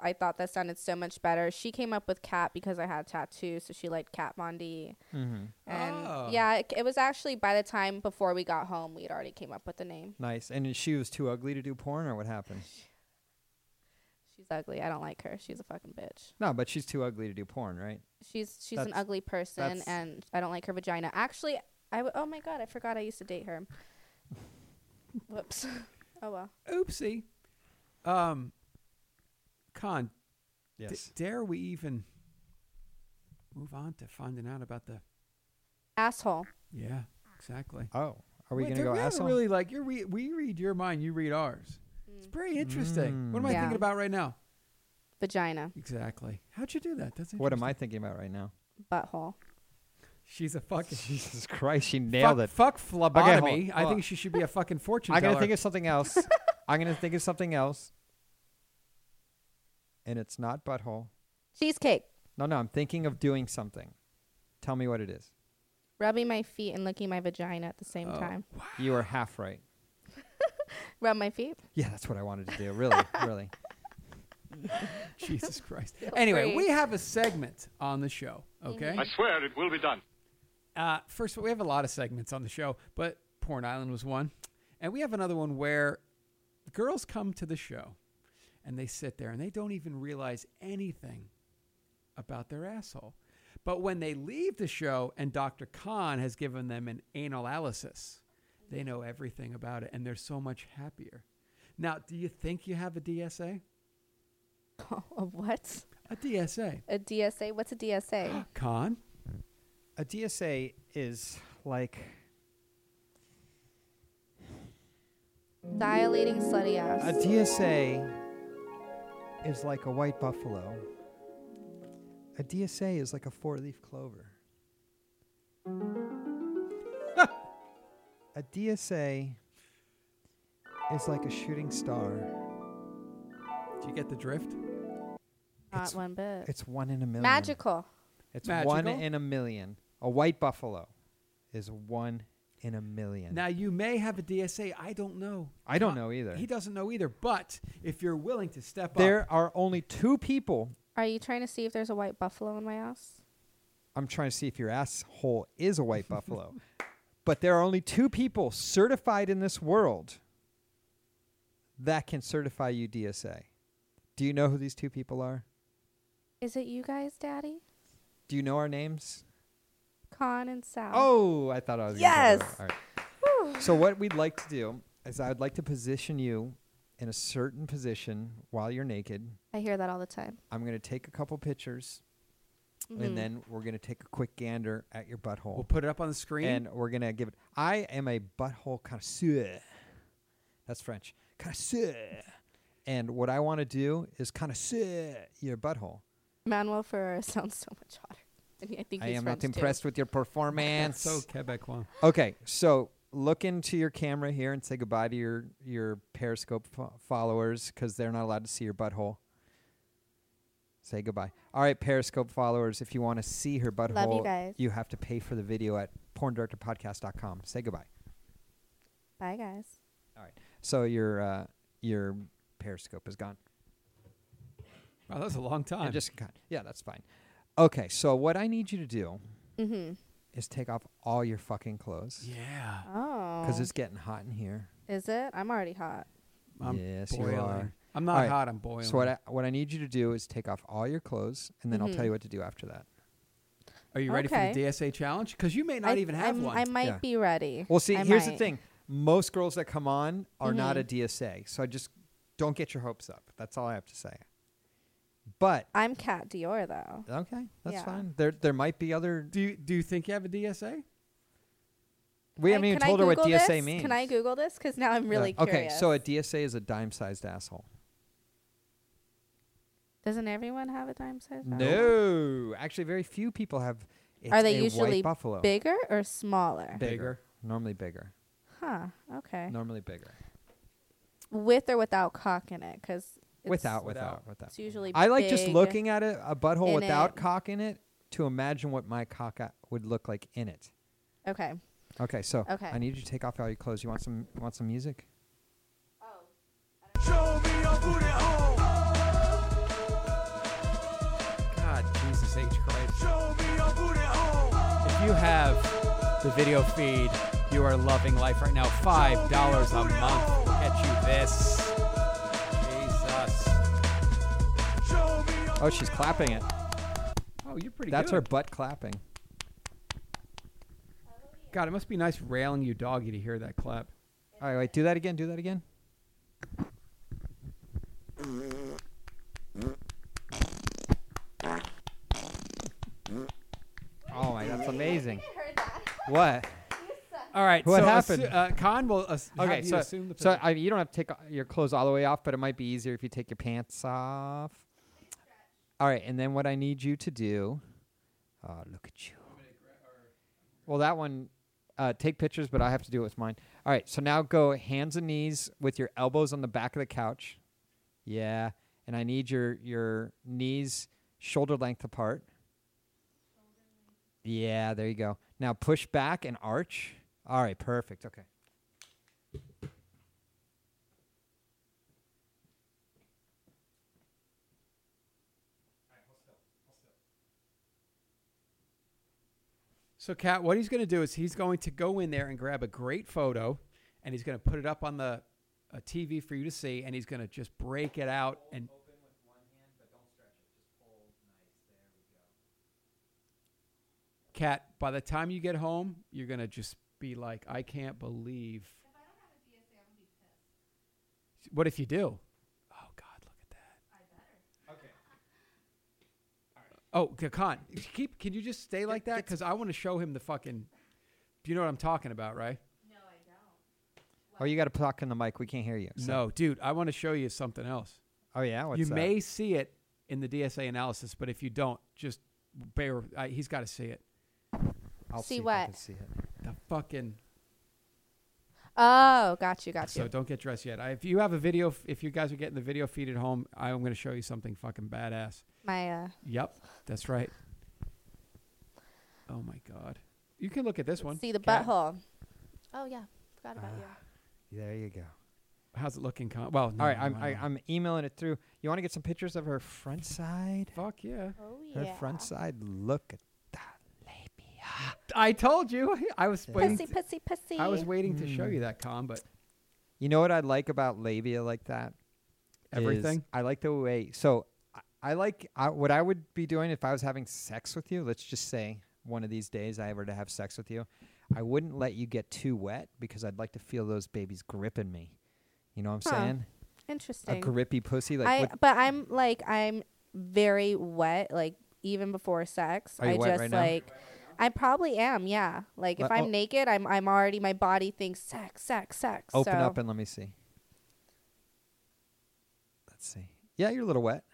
F: I thought that sounded so much better. She came up with Cat because I had tattoos, so she liked Kat Von D.
B: Mm-hmm.
F: And
C: Oh.
F: yeah, it, it was actually by the time before we got home, we had already came up with the name.
B: Nice. And she was too ugly to do porn, or what happened?
F: She's ugly. I don't like her. She's a fucking bitch.
B: No, but she's too ugly to do porn, right?
F: She's she's an
B: That's-
F: ugly person,
B: that's-
F: and I don't like her vagina. Actually, I w- oh my god, I forgot I used to date her. Whoops. Oh well.
C: Oopsie. Um, Con, d-
B: Yes.
C: dare we even move on to finding out about the?
F: Asshole.
C: Yeah, exactly.
B: Oh, are we
C: Wait,
B: gonna
C: there-
B: go
C: we gotta
B: asshole?
C: Really, like you're, we we read your mind, you read ours. It's pretty
B: Mm.
C: interesting. What am I
F: Mm. Yeah.
C: thinking about right now?
F: Vagina.
C: Exactly. How'd you do that? That's
B: what am
C: interesting.
B: I thinking about right now?
F: Butthole.
C: She's a fucking
B: Jesus Christ, she nailed
C: fuck,
B: it.
C: Fuck phlebotomy.
B: hold-
C: I
B: hold
C: think
B: on.
C: she should be a fucking fortune
B: I'm
C: teller.
B: gonna think of something else. I'm gonna think of something else. And it's not butthole.
F: Cheesecake.
B: No, no, I'm thinking of doing something. Tell me what it is.
F: Rubbing my feet and licking my vagina at the same
B: Oh.
F: time.
B: You are half right.
F: Rub my feet.
B: Yeah, that's what I wanted to do. Really, really.
C: Jesus Christ. anyway,
F: free.
C: we have a segment on the show. Okay.
E: I swear it will be done.
C: Uh, first, of all, we have a lot of segments on the show, but Porn Island was one. And we have another one where girls come to the show and they sit there and they don't even realize anything about their asshole. But when they leave the show and Dr. Khan has given them an analysis, they know everything about it and they're so much happier. Now, do you think you have a DSA?
F: a what?
C: A DSA.
F: A DSA? What's a DSA?
C: Khan?
B: A DSA is like
F: Dilating slutty
B: a
F: ass.
B: DSA is like a white buffalo. A DSA is like a four-leaf clover. a DSA is like a shooting star.
C: Do you get the drift?
F: Not
B: It's-
F: one bit.
B: It's one in a million.
F: Magical.
B: It's one
C: Magical?
B: in a million. A white buffalo is one in a million.
C: Now, you may have a DSA. I don't know.
B: I don't know either.
C: He doesn't know either. But if you're willing to step
B: There
C: up,
B: are only two people.
F: Are you trying to see if there's a white buffalo in my ass?
B: I'm trying to see if your asshole is a white buffalo. But there are only two people certified in this world that can certify you DSA. Do you know who these two people are?
F: Is it you guys, Daddy?
B: Do you know our names?
F: Con and Sal.
B: Oh, I thought I was. gonna cover it.
F: Yes.
B: All right. So what we'd like to do is I would like to position you in a certain position while you're naked.
F: I hear that all the time.
B: I'm going to take a couple pictures, and then we're going to take a quick gander at your butthole,
C: we'll put it up on the screen.
B: and we're going to give it. I am a butthole connoisseur. That's French, connoisseur. And what I want to do is connoisseur your butthole.
F: Manuel Ferrer sounds so much hotter. And I think
B: I
F: he's
B: am
F: French,
B: not
F: too.
B: impressed with your performance.
C: so Quebecois.
B: Okay, so look into your camera here and say goodbye to your your Periscope fo- followers because they're not allowed to see your butthole. Say goodbye. All right, Periscope followers, if you want to see her butthole,
F: you guys.
B: you have to pay for the video at porndirectorpodcast.com. Say goodbye.
F: Bye, guys.
B: All right. So your uh, your Periscope is gone.
C: Wow, that was a long
B: And
C: time.
B: just cut- yeah, that's fine. Okay, so what I need you to do
F: Mm-hmm.
B: is take off all your fucking clothes
C: yeah.
F: Oh.
B: because it's getting hot in here.
F: Is it? I'm already hot.
C: I'm
B: yes, you
C: boiling.
B: are.
C: I'm not
B: All right,
C: hot. I'm boiling.
B: So what I, what I need you to do is take off all your clothes, and then
F: Mm-hmm.
B: I'll tell you what to do after that.
C: are you ready
F: Okay.
C: for the DSA challenge? Because you may not
F: I,
C: even have
F: I'm-
C: one.
F: I might
B: Yeah.
F: be ready.
B: Well, see,
F: I
B: here's the
F: might. Mm-hmm.
B: thing: most girls that come on are not a DSA, so just don't get your hopes up. That's all I have to say. But
F: I'm Cat Dior, though.
B: okay, that's
F: Yeah.
B: fine. There there might be other.
C: do you, do you think you have a DSA?
B: We haven't
F: I-
B: even
F: can I
B: told her what
F: Google
B: DSA
F: this?
B: means.
F: Can I Google this? Because now I'm
B: Yeah.
F: really
B: okay.
F: curious.
B: So a DSA is a dime-sized asshole.
F: Doesn't everyone have a dime size? bottle?
B: No, actually, very few people have. It's
F: Oh. Are they
B: a
F: usually
B: white buffalo?
F: bigger or smaller?
B: Bigger. Normally bigger.
F: Huh. Okay.
B: Normally bigger.
F: With or without cock in it? Because
B: Without, without,
C: Without.
B: without.
F: It's usually.
B: I like just
F: big.
B: looking at it, a butthole
F: in
B: without
F: it.
B: cock in it to imagine what my cock o- would look like in it.
F: Okay.
B: Okay, so
F: Okay.
B: I need you to take off all your clothes. You want some want some music?
C: God, Jesus H Christ. If you have the video feed, you are loving life right now. Five dollars a month will get you this. Jesus.
B: Oh, she's clapping it.
C: Oh, you're pretty
B: That's
C: good.
B: her butt clapping.
C: God, it must be nice railing you doggy to hear that clap.
B: All right, wait. Do that again. Do that again. Oh my, that's amazing. What?
C: All right.
B: What
C: so
B: happened?
C: assu- uh, Khan will ass-
B: Okay,
C: have you
B: so
C: assume the
B: so
C: position.
B: I, you don't have to take o- your clothes all the way off, but it might be easier if you take your pants off. All right, and then what I need you to do? Oh, look at you. Well, that one, uh, take pictures, but I have to do it with mine. All right, so now go hands and knees with your elbows on the back of the couch. Yeah, and I need your your knees shoulder length apart. Yeah, there you go. Now push back and arch. All right, perfect. Okay.
C: So, Kat, what he's going to do is he's going to go in there and grab a great photo, and he's going to put it up on the a TV for you to see, and he's going to just break it out and. Kat, by the time you get home, you're going to just be like, I can't believe. What if you do? Oh, God, look at that. Oh, K- Khan, keep. Can you just stay like that? Because I want to show him the fucking. Do you know what I'm talking about, right?
B: Oh, you got to talk in the mic. We can't hear you. so-
C: No, dude, I want to show you something else.
B: Oh yeah. What's
C: you
B: that?
C: may see it in the DSA analysis, but if you don't, just bear. I, he's got to see it.
B: I'll
F: See
B: see if I
F: what?
B: can see it.
C: The fucking.
F: Oh, got you, got you.
C: So don't get dressed yet. I, if you have a video, f- if you guys are getting the video feed at home, I'm going to show you something fucking badass.
F: My uh,
C: Yep, that's right. Oh my god, you can look at this one.
F: see the
C: Kat.
F: butthole. Oh yeah, forgot about you.
B: There you go.
C: How's it looking, Khan? Well, no,
B: All right,
C: no,
B: I'm
C: no,
B: I,
C: no.
B: I'm emailing it through. You want to get some pictures of her front side?
C: Fuck yeah.
F: Oh
B: Her
F: yeah.
B: front side. Look at that labia.
C: I told you. I was waiting.
F: Pussy, pussy, pussy.
C: I was waiting to show you that, Con, but
B: You know what I like about labia like that? is
C: everything.
B: I like the way. So I, I like I, what I would be doing if I was having sex with you. Let's just say one of these days I ever to have sex with you, I wouldn't let you get too wet because I'd like to feel those babies gripping me. You know what I'm
F: Huh.
B: saying?
F: Interesting.
B: A grippy pussy like
F: I
B: with-
F: but I'm like I'm very wet like even before sex.
B: Are you
F: I
B: wet
F: just
B: right now?
F: like I probably am, yeah. Like if
B: Uh,
F: I'm
B: oh.
F: naked, I'm I'm already my body thinks sex, sex, sex.
B: Open
F: so
B: up and let me see. Let's see. Yeah, you're a little wet.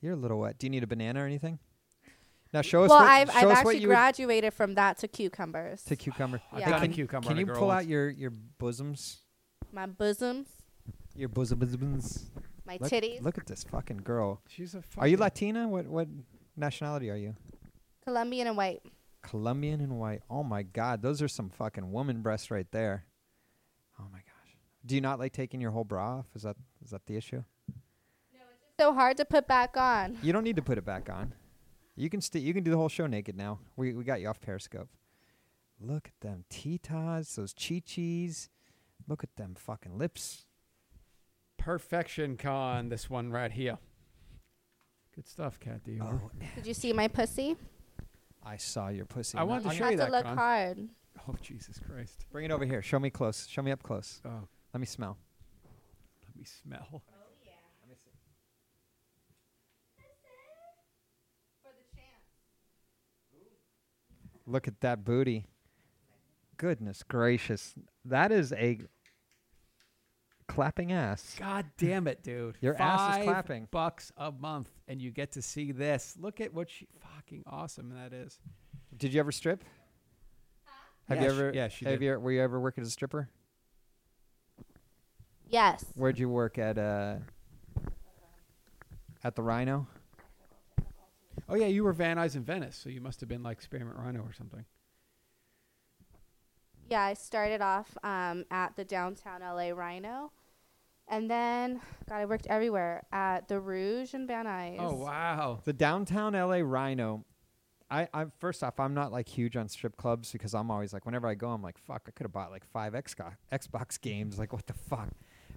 B: You're a little wet. Do you need a banana or anything? Now show us.
F: well,
B: what,
F: I've
B: show
F: I've
B: us what
F: actually
B: you would-
F: graduated from that to cucumbers.
B: to cucumber.
F: I've Yeah. got a
B: can,
C: cucumber
B: Can
C: and a
B: you
C: girl
B: pull
C: once.
B: out your your bosoms?
F: my bosoms,
B: Your bosom bosoms.
F: my
B: Look,
F: titties,
B: Look at this fucking girl.
C: She's a. Fucking,
B: Are you Latina? What what nationality are you?
F: Colombian and white.
B: Colombian and white. Oh my God, those are some fucking woman breasts right there. Oh my gosh. Do you not like taking your whole bra off? Is that is that the issue?
F: So hard to put back on.
B: You don't need to put it back on. You can st- you can do the whole show naked now. We we got you off Periscope. Look at them titas, those chichis. Look at them fucking lips.
C: perfection, Con? This one right here. Good stuff, Kat. Do you?
B: Oh,
F: Did you see my pussy?
B: I saw your pussy.
C: I wanted to
B: I'm
C: show
F: have
C: you
F: to
C: that,
F: look
C: Con.
F: hard.
C: Oh Jesus Christ!
B: Bring it over here. Show me close. Show me up close.
C: Oh,
B: Let me smell.
C: let me smell.
B: Look at that booty. Goodness gracious. That is a clapping ass.
C: God damn it, dude!
B: Your ass is
C: Five
B: clapping.
C: Bucks a month, and you get to see this. Look at what she fucking awesome that is.
B: Did you ever strip? Have
C: Yeah,
B: you
C: she-
B: ever
C: yeah, she
B: have
C: did.
B: you were you ever working as a stripper?
F: Yes.
B: Where'd you work at uh at the Rhino?
C: Oh yeah, you were Van Nuys in Venice, so you must have been like Experiment Rhino or something.
F: Yeah, I started off um, at the downtown LA Rhino, and then God, I worked everywhere at the Rouge and Van Nuys.
C: Oh wow!
B: The downtown LA Rhino. I, I first off, I'm not like huge on strip clubs because I'm always like, whenever I go, I'm like, fuck, I could have bought like five Xbox Xbox games. Like, what the fuck?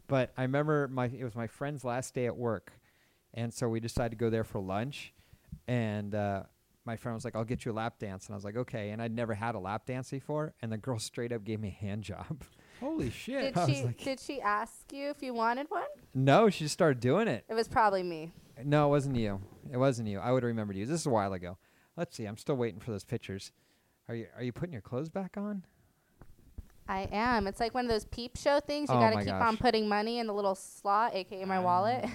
B: But I remember my it was my friend's last day at work, and so we decided to go there for lunch. and uh, my friend was like, "I'll get you a lap dance," and I was like, "Okay." And I'd never had a lap dance before, and the girl straight up gave me a hand job.
C: Holy shit.
F: Did she did she ask you if you wanted one?
B: no, she just started doing it.
F: It was probably me.
B: No, it wasn't you. It wasn't you. I would have remembered you. This is a while ago. Let's see. I'm still waiting for those pictures. Are you Are you putting your clothes back on?
F: I am. It's like one of those peep show things. You
B: Oh
F: gotta
B: my
F: keep
B: gosh.
F: on putting money in the little slot, aka my wallet.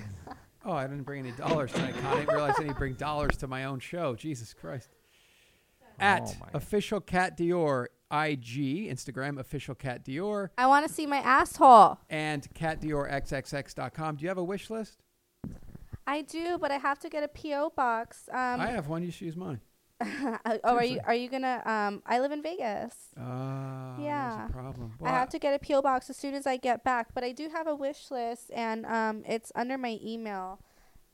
C: Oh, I didn't bring any dollars tonight. Con. I didn't realize I didn't bring dollars to my own show. Jesus Christ. At
B: Oh my-
C: official cat Dior IG Instagram official cat Dior
F: I want to see my asshole.
C: and cat Dior XXX.com. Do you have a wish list?
F: I do, but I have to get a PO box. Um,
C: I have one. You should use mine.
F: oh, are you
C: seriously.
F: are you gonna? Um, I live in Vegas.
C: Ah,
F: Yeah.
C: There's a problem.
F: I have to get a PO box as soon as I get back, but I do have a wish list, and um, it's under my email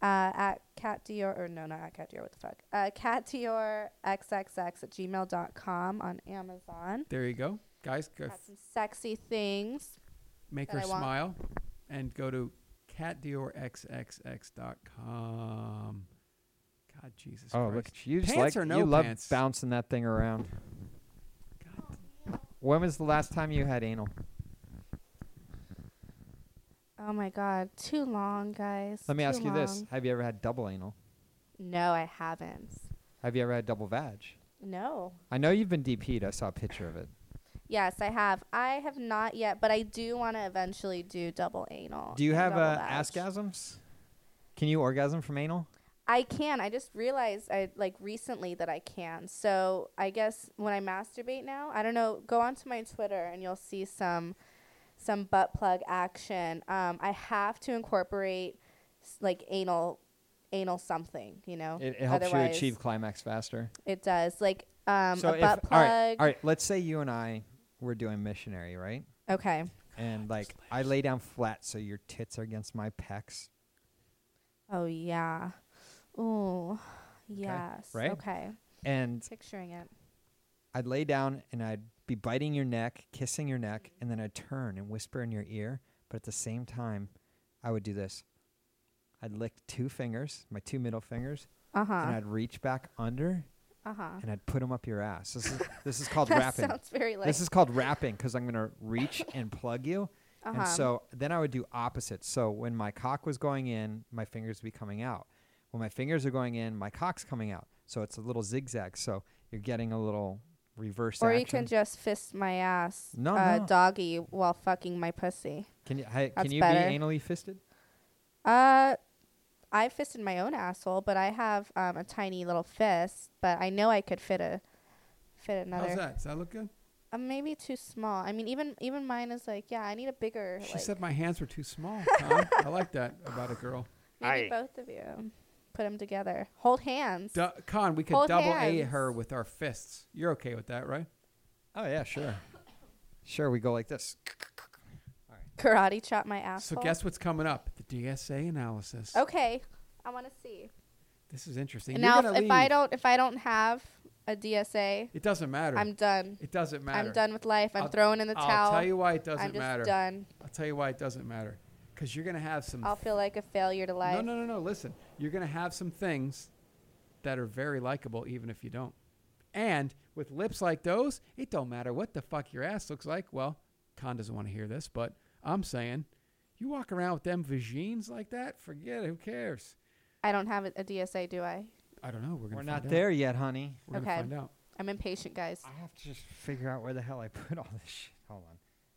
F: uh, at cat dior or no, not at cat dior. What the fuck? Uh, cat dior xxx at gmail dot com on Amazon.
C: There you go, guys. Go
F: Got some sexy things.
C: make
F: that
C: her
F: I want.
C: smile, and go to catdiorxxx.com. God, Jesus
B: Oh,
C: Christ.
B: look at you! You Just
C: Pants
B: like
C: or no
B: you love
C: pants?
B: bouncing that thing around. When was the last time you had anal?
F: Oh my god, too long, guys.
B: Let me
F: Too
B: ask you this:
F: long.
B: Have you ever had double anal?
F: No, I haven't.
B: Have you ever had double vag?
F: No.
B: I know you've been DP'd. I saw a picture of it.
F: Yes, I have. I have not yet, but I do want to eventually do double anal.
B: Do you
F: and
B: have
F: double
B: uh,
F: vag.
B: asgasms? Can you orgasm from anal?
F: I can. I just realized I like recently that I can. So I guess when I masturbate now, I don't know. Go onto my Twitter and you'll see some some butt plug action. Um, I have to incorporate s- like anal anal something. You know,
B: It, it helps
F: Otherwise,
B: you achieve climax faster.
F: It does. Like um, a
B: if-
F: butt
B: all
F: plug.
B: right, all right. Let's say you and I were doing missionary, right?
F: Okay.
B: And like I lay down flat, so your tits are against my pecs.
F: Oh yeah. Ooh. Yes.
B: right?
F: okay.
B: And
F: Picturing it.
B: I'd lay down and I'd be biting your neck, kissing your neck, and then I'd turn and whisper in your ear. But at the same time, I would do this. I'd lick two fingers, my two middle fingers,
F: Uh
B: and
F: huh.
B: I'd reach back under
F: Uh huh.
B: and I'd put them up your ass. This is, this is called
F: That
B: wrapping.
F: sounds very like.
B: This is called wrapping because I'm going to reach and plug you.
F: Uh-huh.
B: And so then I would do opposite. So when my cock was going in, my fingers would be coming out. When my fingers are going in, my cock's coming out. So it's a little zigzag. So you're getting a little reverse
F: Or
B: action.
F: you can just fist my ass,
B: No,
F: uh,
B: no.
F: doggy, while fucking my pussy.
B: Can you hi,
F: That's
B: can you
F: better.
B: be anally fisted?
F: Uh, I fisted my own asshole, but I have um, a tiny little fist. But I know I could fit a
C: How's
F: fit another.
C: that? Does that look good?
F: Uh, maybe too small. I mean, even even mine is like, yeah, I need a bigger.
C: She
F: like,
C: said my hands were too small. Con. I like that about a girl.
F: maybe both of you put them together. Hold hands.
C: Du- Con, we could
F: Hold
C: double A
F: hands.
C: her with our fists. You're okay with that, right?
B: Oh yeah, sure. sure, we go like this.
F: Karate chop my asshole.
C: So guess what's coming up? The DSA analysis.
F: Okay, I want to see.
C: This is interesting.
F: Oh. now,
C: You're
F: if,
C: gonna
F: if I
C: leave.
F: don't, if I don't have a DSA,
C: it doesn't matter.
F: I'm done.
C: it doesn't matter.
F: I'm done with life. I'm
C: I'll-
F: throwing in the
C: I'll
F: towel.
C: tell you why it doesn't
F: I'm just
C: matter.
F: done.
C: I'll tell you why it doesn't matter. Because you're gonna have some.
F: I'll feel like a failure to life.
C: no, no, no, no. Listen, you're gonna have some things that are very likable, even if you don't. And with lips like those, it don't matter what the fuck your ass looks like. Well, Con doesn't want to hear this, but I'm saying, you walk around with them vagines like that, forget it. Who cares?
F: I don't have a, a DSA, do I?
C: I don't know. We're
B: We're
C: gonna. find
B: not
C: out.
B: there yet, honey.
C: We're
F: Okay.
C: gonna find out.
F: I'm impatient, guys.
B: I have to just figure out where the hell I put all this shit. Hold on.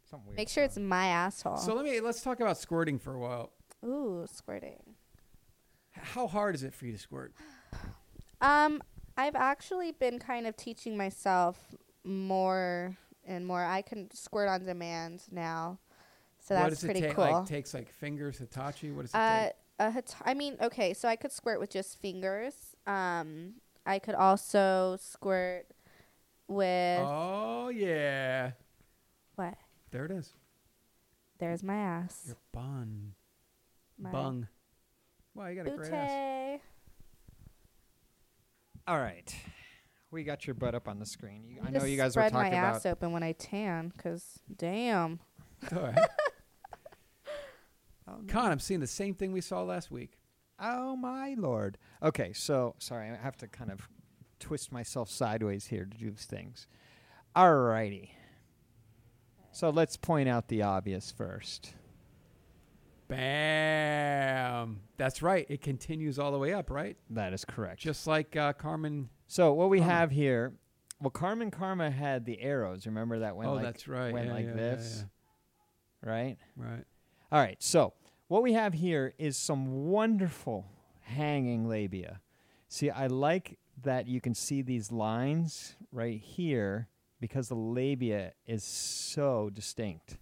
B: Something weird.
F: Make sure it's my asshole.
C: So let me let's talk about squirting for a while.
F: Ooh, squirting.
C: H- How hard is it for you to squirt?
F: Um, I've actually been kind of teaching myself more and more. I can squirt on demand now, so
C: what
F: that's
C: does it
F: pretty
C: take?
F: cool.
C: Like takes like fingers, Hitachi. What does it
F: uh,
C: take?
F: a hit- I mean, okay, so I could squirt with just fingers. Um, I could also squirt with
C: Oh yeah,
F: what?
C: there it is.
F: There's my ass.
C: Your bun,
F: My
C: bung. Wow, you got a great ass.
F: booty.
B: All right. We got your butt up on the screen. You, I
F: I'm
B: know
F: just
B: you guys were
F: spread
B: talking
F: my
B: about
F: ass open when I tan, 'cause damn.
C: Oh, All right. Con, I'm seeing the same thing we saw last week.
B: Oh my lord. Okay, so sorry, I have to kind of twist myself sideways here to do things. Alrighty. So let's point out the obvious first.
C: Bam. That's right. It continues all the way up, right?
B: That is correct.
C: Just like uh, Carmen.
B: so what we
C: Karma.
B: have here, well, Carmen Karma had the arrows. Remember that went
C: oh,
B: like
C: that's right.
B: went
C: Yeah,
B: like
C: yeah, yeah,
B: this, right?
C: yeah. Right.
B: All right. So what we have here is some wonderful hanging labia. See, I like that you can see these lines right here because the labia is so distinct.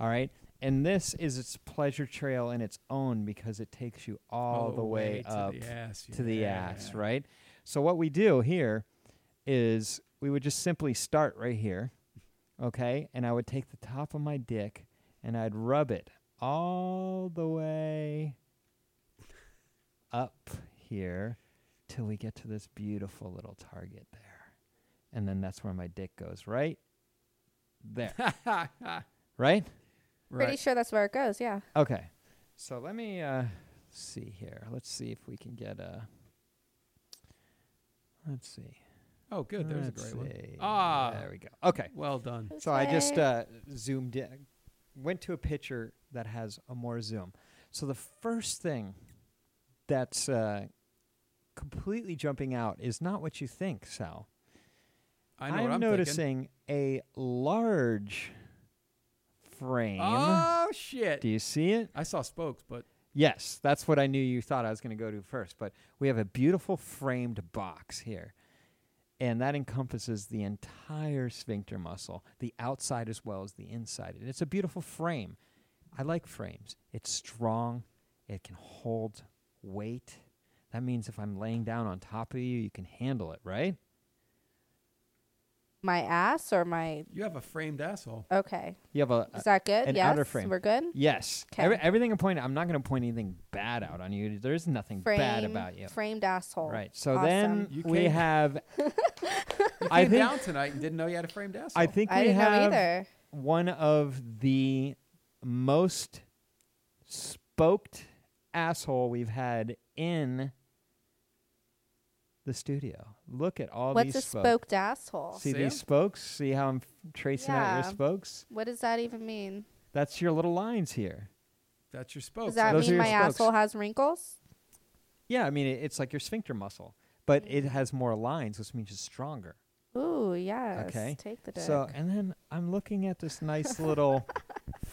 B: All right. And this is its pleasure trail in its own because it takes you all the way,
C: to
B: up
C: the ass.
B: to the
C: yeah.
B: ass, right? So what we do here is we would just simply start right here, okay? And I would take the top of my dick and I'd rub it all the way up here till we get to this beautiful little target there. And then that's where my dick goes, right? There. right?
F: Pretty
C: Right.
F: sure that's where it goes. Yeah.
B: Okay. So let me uh, see here. Let's see if we can get a. Let's see.
C: Oh, good. There's a
B: Let's
C: great one.
B: see.
C: Ah.
B: There we go. Okay.
C: Well done.
B: So I just
F: Say-
B: uh, zoomed in, went to a picture that has a more zoom. So the first thing that's uh, completely jumping out is not what you think, Sal.
C: I know
B: am
C: what I'm Thinking.
B: noticing a large frame.
C: Oh shit!
B: Do you see it?
C: I saw spokes, but
B: Yes, that's what I knew you thought I was going to go to first. But we have a beautiful framed box here, and that encompasses the entire sphincter muscle, the outside as well as the inside. And it's a beautiful frame. I like frames. It's strong, it can hold weight. That means if I'm laying down on top of you, you can handle it, right?
F: my ass or my
C: you have a framed asshole.
F: okay.
B: You have a,
F: Is that good?
B: Uh, an
F: yes.
B: outer frame.
F: We're good.
B: yes. Every,
F: 'Kay.
B: everything I'm pointing, I'm not going to point anything bad out on you. There is nothing bad
F: Frame-
B: about you.
F: Framed asshole.
B: Right. So
F: Awesome.
B: then
C: You
B: we
C: came-
B: have.
C: You
B: I
C: came
B: think-
C: down tonight and didn't know you had a framed asshole.
B: I think
F: I
B: we
F: didn't know
B: have
F: either.
B: one of the most spoked asshole we've had in the studio. Look at all
F: What's
B: these
F: a
B: spokes.
F: spoked asshole?
B: See
C: See 'em?
B: these spokes? See how I'm f- tracing out
F: Yeah.
B: your spokes?
F: What does that even mean?
B: That's your little lines here.
C: that's your spokes.
F: Does that
C: right?
B: Oh, Those are
F: mean
B: your
F: my
B: spokes.
F: asshole has wrinkles?
B: Yeah, I mean it, it's like your sphincter muscle, but
F: Mm.
B: it has more lines, which means it's stronger.
F: Ooh, yes.
B: Okay.
F: Take the dick.
B: So, and then I'm looking at this nice little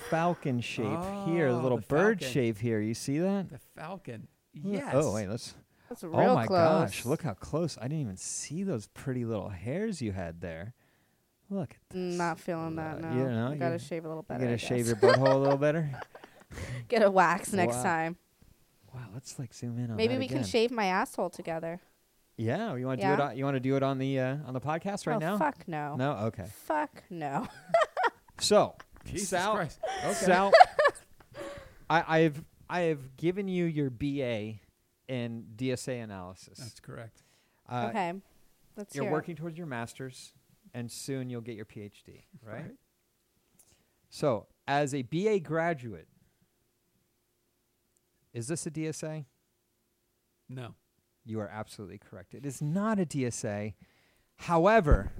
B: falcon shape here, the
C: Oh,
B: little
C: the
B: bird
C: falcon.
B: shape here. You see that?
C: The falcon.
B: Look-
C: Yes.
B: Oh, wait, let's.
F: That's real
B: oh my
F: close.
B: gosh, look how close. I didn't even see those pretty little hairs you had there. Look at this.
F: Not feeling that.
B: Uh,
F: No.
B: you know,
F: I gotta
B: you-
F: shave a little
B: you
F: better. I
B: gonna
F: guess.
B: shave your butthole a little better?
F: Get a wax next
B: Wow.
F: time.
B: Wow, let's like zoom in on
F: Maybe
B: that
F: we can
B: again.
F: shave my asshole together.
B: Yeah, you want to do
F: Yeah.
B: it? On, you want to do it on the uh, on the podcast right
F: oh,
B: now?
F: Fuck no.
B: No, okay.
F: Fuck no.
B: So,
C: Jesus
B: Sal,
C: Christ. Okay.
B: Sal, I, I've I have given you your BA in DSA analysis.
C: That's correct.
B: Uh,
F: okay. Let's
B: You're
F: hear it.
B: working towards your master's, and soon you'll get your PhD, right? So, as a BA graduate, is this a DSA?
C: No.
B: You are absolutely correct. It is not a DSA. However,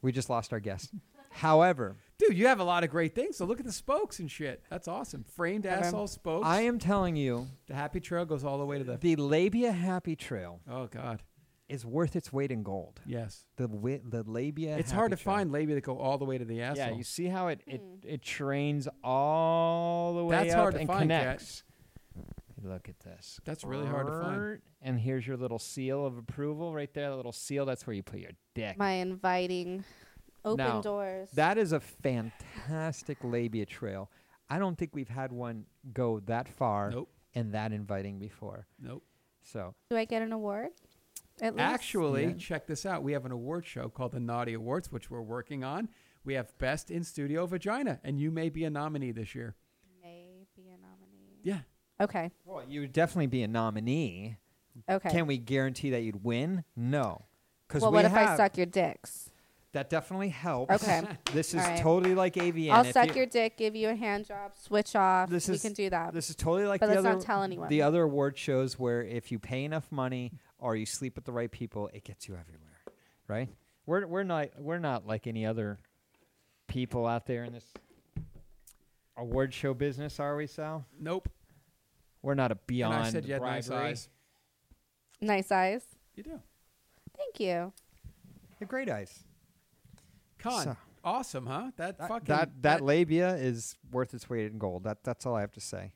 B: we just lost our guest. However,
C: Dude, you have a lot of great things. So look at the spokes and shit. That's awesome. Framed asshole spokes.
B: I am telling you,
C: the happy trail goes all the way to the.
B: the labia happy trail
C: Oh God.
B: is worth its weight in gold.
C: Yes.
B: The wi- the labia.
C: It's hard to
B: happy trail.
C: find labia that go all the way to the asshole.
B: Yeah, you see how it it,
F: Hmm.
B: it trains all the way
C: That's
B: up
C: hard to
B: and
C: find, Kat.
B: connects. Look at this.
C: That's really hard to find.
B: Brrrt. And here's your little seal of approval right there. The little seal. That's where you put your dick.
F: My inviting open
B: Now,
F: doors.
B: that is a fantastic labia trail. I don't think we've had one go that far
C: Nope.
B: and that inviting before.
C: Nope.
B: So
F: Do I get an award? At least?
C: Actually,
B: Yeah.
C: check this out. We have an award show called the Naughty Awards, which we're working on. We have Best in Studio Vagina, and you may be a nominee this year.
F: Maybe a nominee.
C: Yeah.
F: Okay.
B: well, you would definitely be a nominee.
F: Okay.
B: Can we guarantee that you'd win? No. Because
F: well,
B: we
F: what if I
B: have-
F: suck your dicks?
B: That definitely helps.
F: Okay.
B: This is
F: All right.
B: totally like AVN.
F: I'll
B: If
F: suck
B: you-
F: your dick, give you a hand job, switch off.
B: This
F: we
B: is-
F: can do that.
B: This is totally like
F: But
B: the
F: let's
B: other
F: not tell anyone.
B: the other award shows where if you pay enough money or you sleep with the right people, it gets you everywhere, right? We're we're not we're not like any other people out there in this award show business, are we, Sal?
C: Nope.
B: We're not a beyond
C: and I said you had
B: bribery.
C: nice eyes.
F: nice eyes.
C: You do.
F: Thank you.
B: They're great eyes.
C: Con.
B: So-
C: Awesome, huh? That,
B: That
C: fucking
B: that, that labia is worth its weight in gold. That that's all I have to say.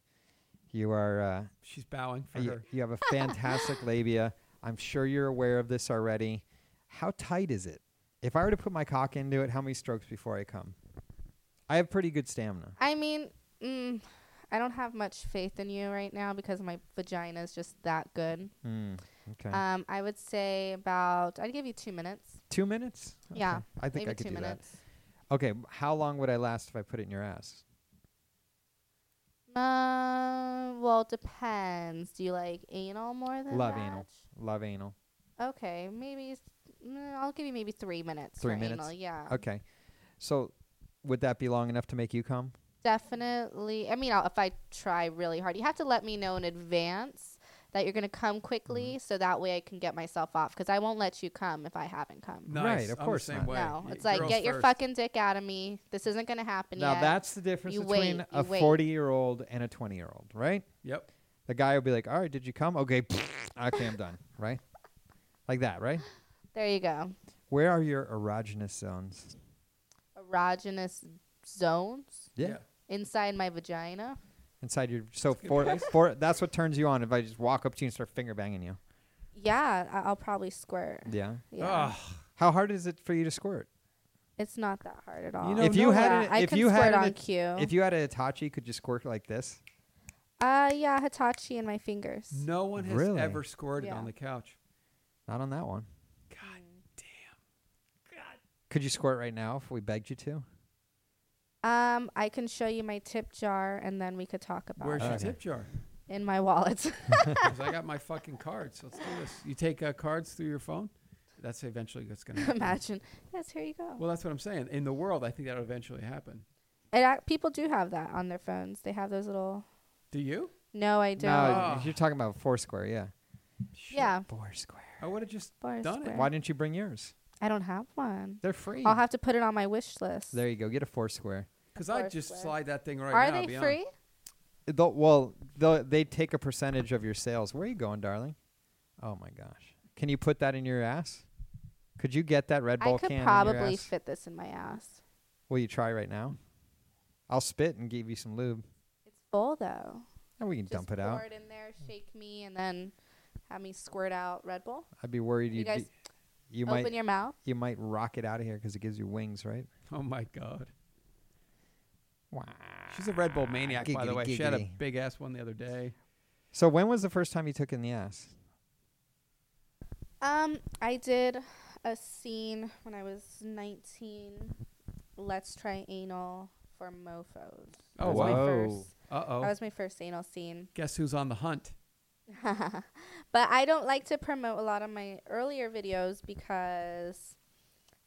B: You are. Uh,
C: she's bowing for
B: you,
C: her.
B: you have a fantastic labia. I'm sure you're aware of this already. How tight is it? If I were to put my cock into it, how many strokes before I come? I have pretty good stamina.
F: I mean, mm, I don't have much faith in you right now because my vagina is just that good.
B: Mm, okay.
F: Um, I would say about I'd give you two minutes.
B: two minutes?
F: yeah,
B: Okay. I think
F: maybe
B: I could
F: two
B: do
F: minutes.
B: that. Okay. m- How long would I last if I put it in your ass?
F: Uh, well, it depends. Do you like anal more than
B: Love
F: that?
B: anal. Love anal.
F: Okay, maybe s- mm, I'll give you maybe three minutes.
B: Three
F: for
B: minutes?
F: Anal, yeah,
B: Okay. So would that be long enough to make you come?
F: definitely. I mean, I'll, if I try really hard, you have to let me know in advance that you're gonna come quickly,
B: Mm-hmm.
F: so that way I can get myself off. Because I won't let you come if I haven't come.
C: Nice.
B: Right, of
C: I'm
B: course
C: the same
B: not.
C: way.
F: No,
C: Y-
F: it's like
C: girls
F: get your
C: first.
F: fucking dick out of me. This isn't gonna happen
B: Now
F: yet.
B: that's the difference
F: You
B: between
F: wait,
B: a
F: you wait.
B: 40 year old and a 20 year old, right?
C: Yep.
B: The guy will be like, "All right, did you come? Okay, okay, I'm done." Right, like that, right?
F: there you go.
B: Where are your erogenous zones?
F: Erogenous zones
B: Yeah,
F: inside my vagina.
B: inside your so for for that's what turns you on. If I just walk up to you and start finger banging you,
F: Yeah, I- I'll probably squirt.
B: yeah.
F: Yeah,
C: Ugh.
B: How hard is it for you to squirt?
F: it's not that hard at all.
C: know,
B: if you
C: no,
B: had
F: yeah,
B: it,
F: I
B: if
F: can
B: you had
F: squirt
B: it,
F: on
B: at-
F: cue.
B: if you had a Hitachi, could you squirt like this?
F: uh, yeah, Hitachi and my fingers.
B: Mm.
C: No one has
B: Really?
C: ever squirted
F: Yeah.
C: on the couch.
B: Not on that one.
C: God damn.
B: Could you squirt right now if we begged you to?
F: Um, I can show you my tip jar, and then we could talk about
C: Where's
F: it
C: your
B: Okay.
C: tip jar?
F: in my wallet.
C: 'Cause I got my fucking cards. Let's do this. You take uh, cards through your phone. That's eventually what's going to happen.
F: Imagine. Yes, here you go.
C: Well, that's what I'm saying. In the world, I think that'll eventually happen.
F: it, ac people do have that on their phones. They have those little.
C: Do you?
F: No, I
B: No,
F: don't.
C: Ah.
B: you're talking about Foursquare, yeah.
C: Shit.
F: yeah,
B: Foursquare.
C: I would have just
F: Foursquare.
C: done it.
B: Why didn't you bring yours?
F: I don't have one.
B: They're free.
F: I'll have to put it on my wish list.
B: there you go. Get a Foursquare.
C: Because I'd just
F: Foursquare.
C: slide that thing right
F: Are
C: now.
F: they
C: be
F: free?
C: honest.
B: They'll, well, they'll, they take a percentage of your sales. Where are you going, darling? Oh my gosh! Can you put that in your ass? Could you get that Red Bull can
F: I could
B: in your
F: probably
B: ass?
F: fit this in my ass.
B: Will you try right now? I'll spit and give you some lube,
F: It's full though.
B: and we can dump it
F: pour
B: out.
F: it in there, shake me, and then have me squirt out Red Bull.
B: I'd be worried
F: You
B: you'd
F: guys
B: be, you
F: open
B: might
F: your mouth.
B: you might rock it out of here because it gives you wings, right?
C: Oh, my God.
B: Wow.
C: She's a Red Bull maniac, by the
B: Giggity,
C: way. She had a
B: giggity.
C: big ass one the other day.
B: So when was the first time you took in the ass?
F: Um, I did a scene when I was 19. Let's try anal for mofos.
C: Oh,
F: That was
C: wow.
F: My
B: Whoa.
F: first,
C: Uh oh.
F: That was my first anal scene.
C: Guess who's on the hunt?
F: but I don't like to promote a lot of my earlier videos because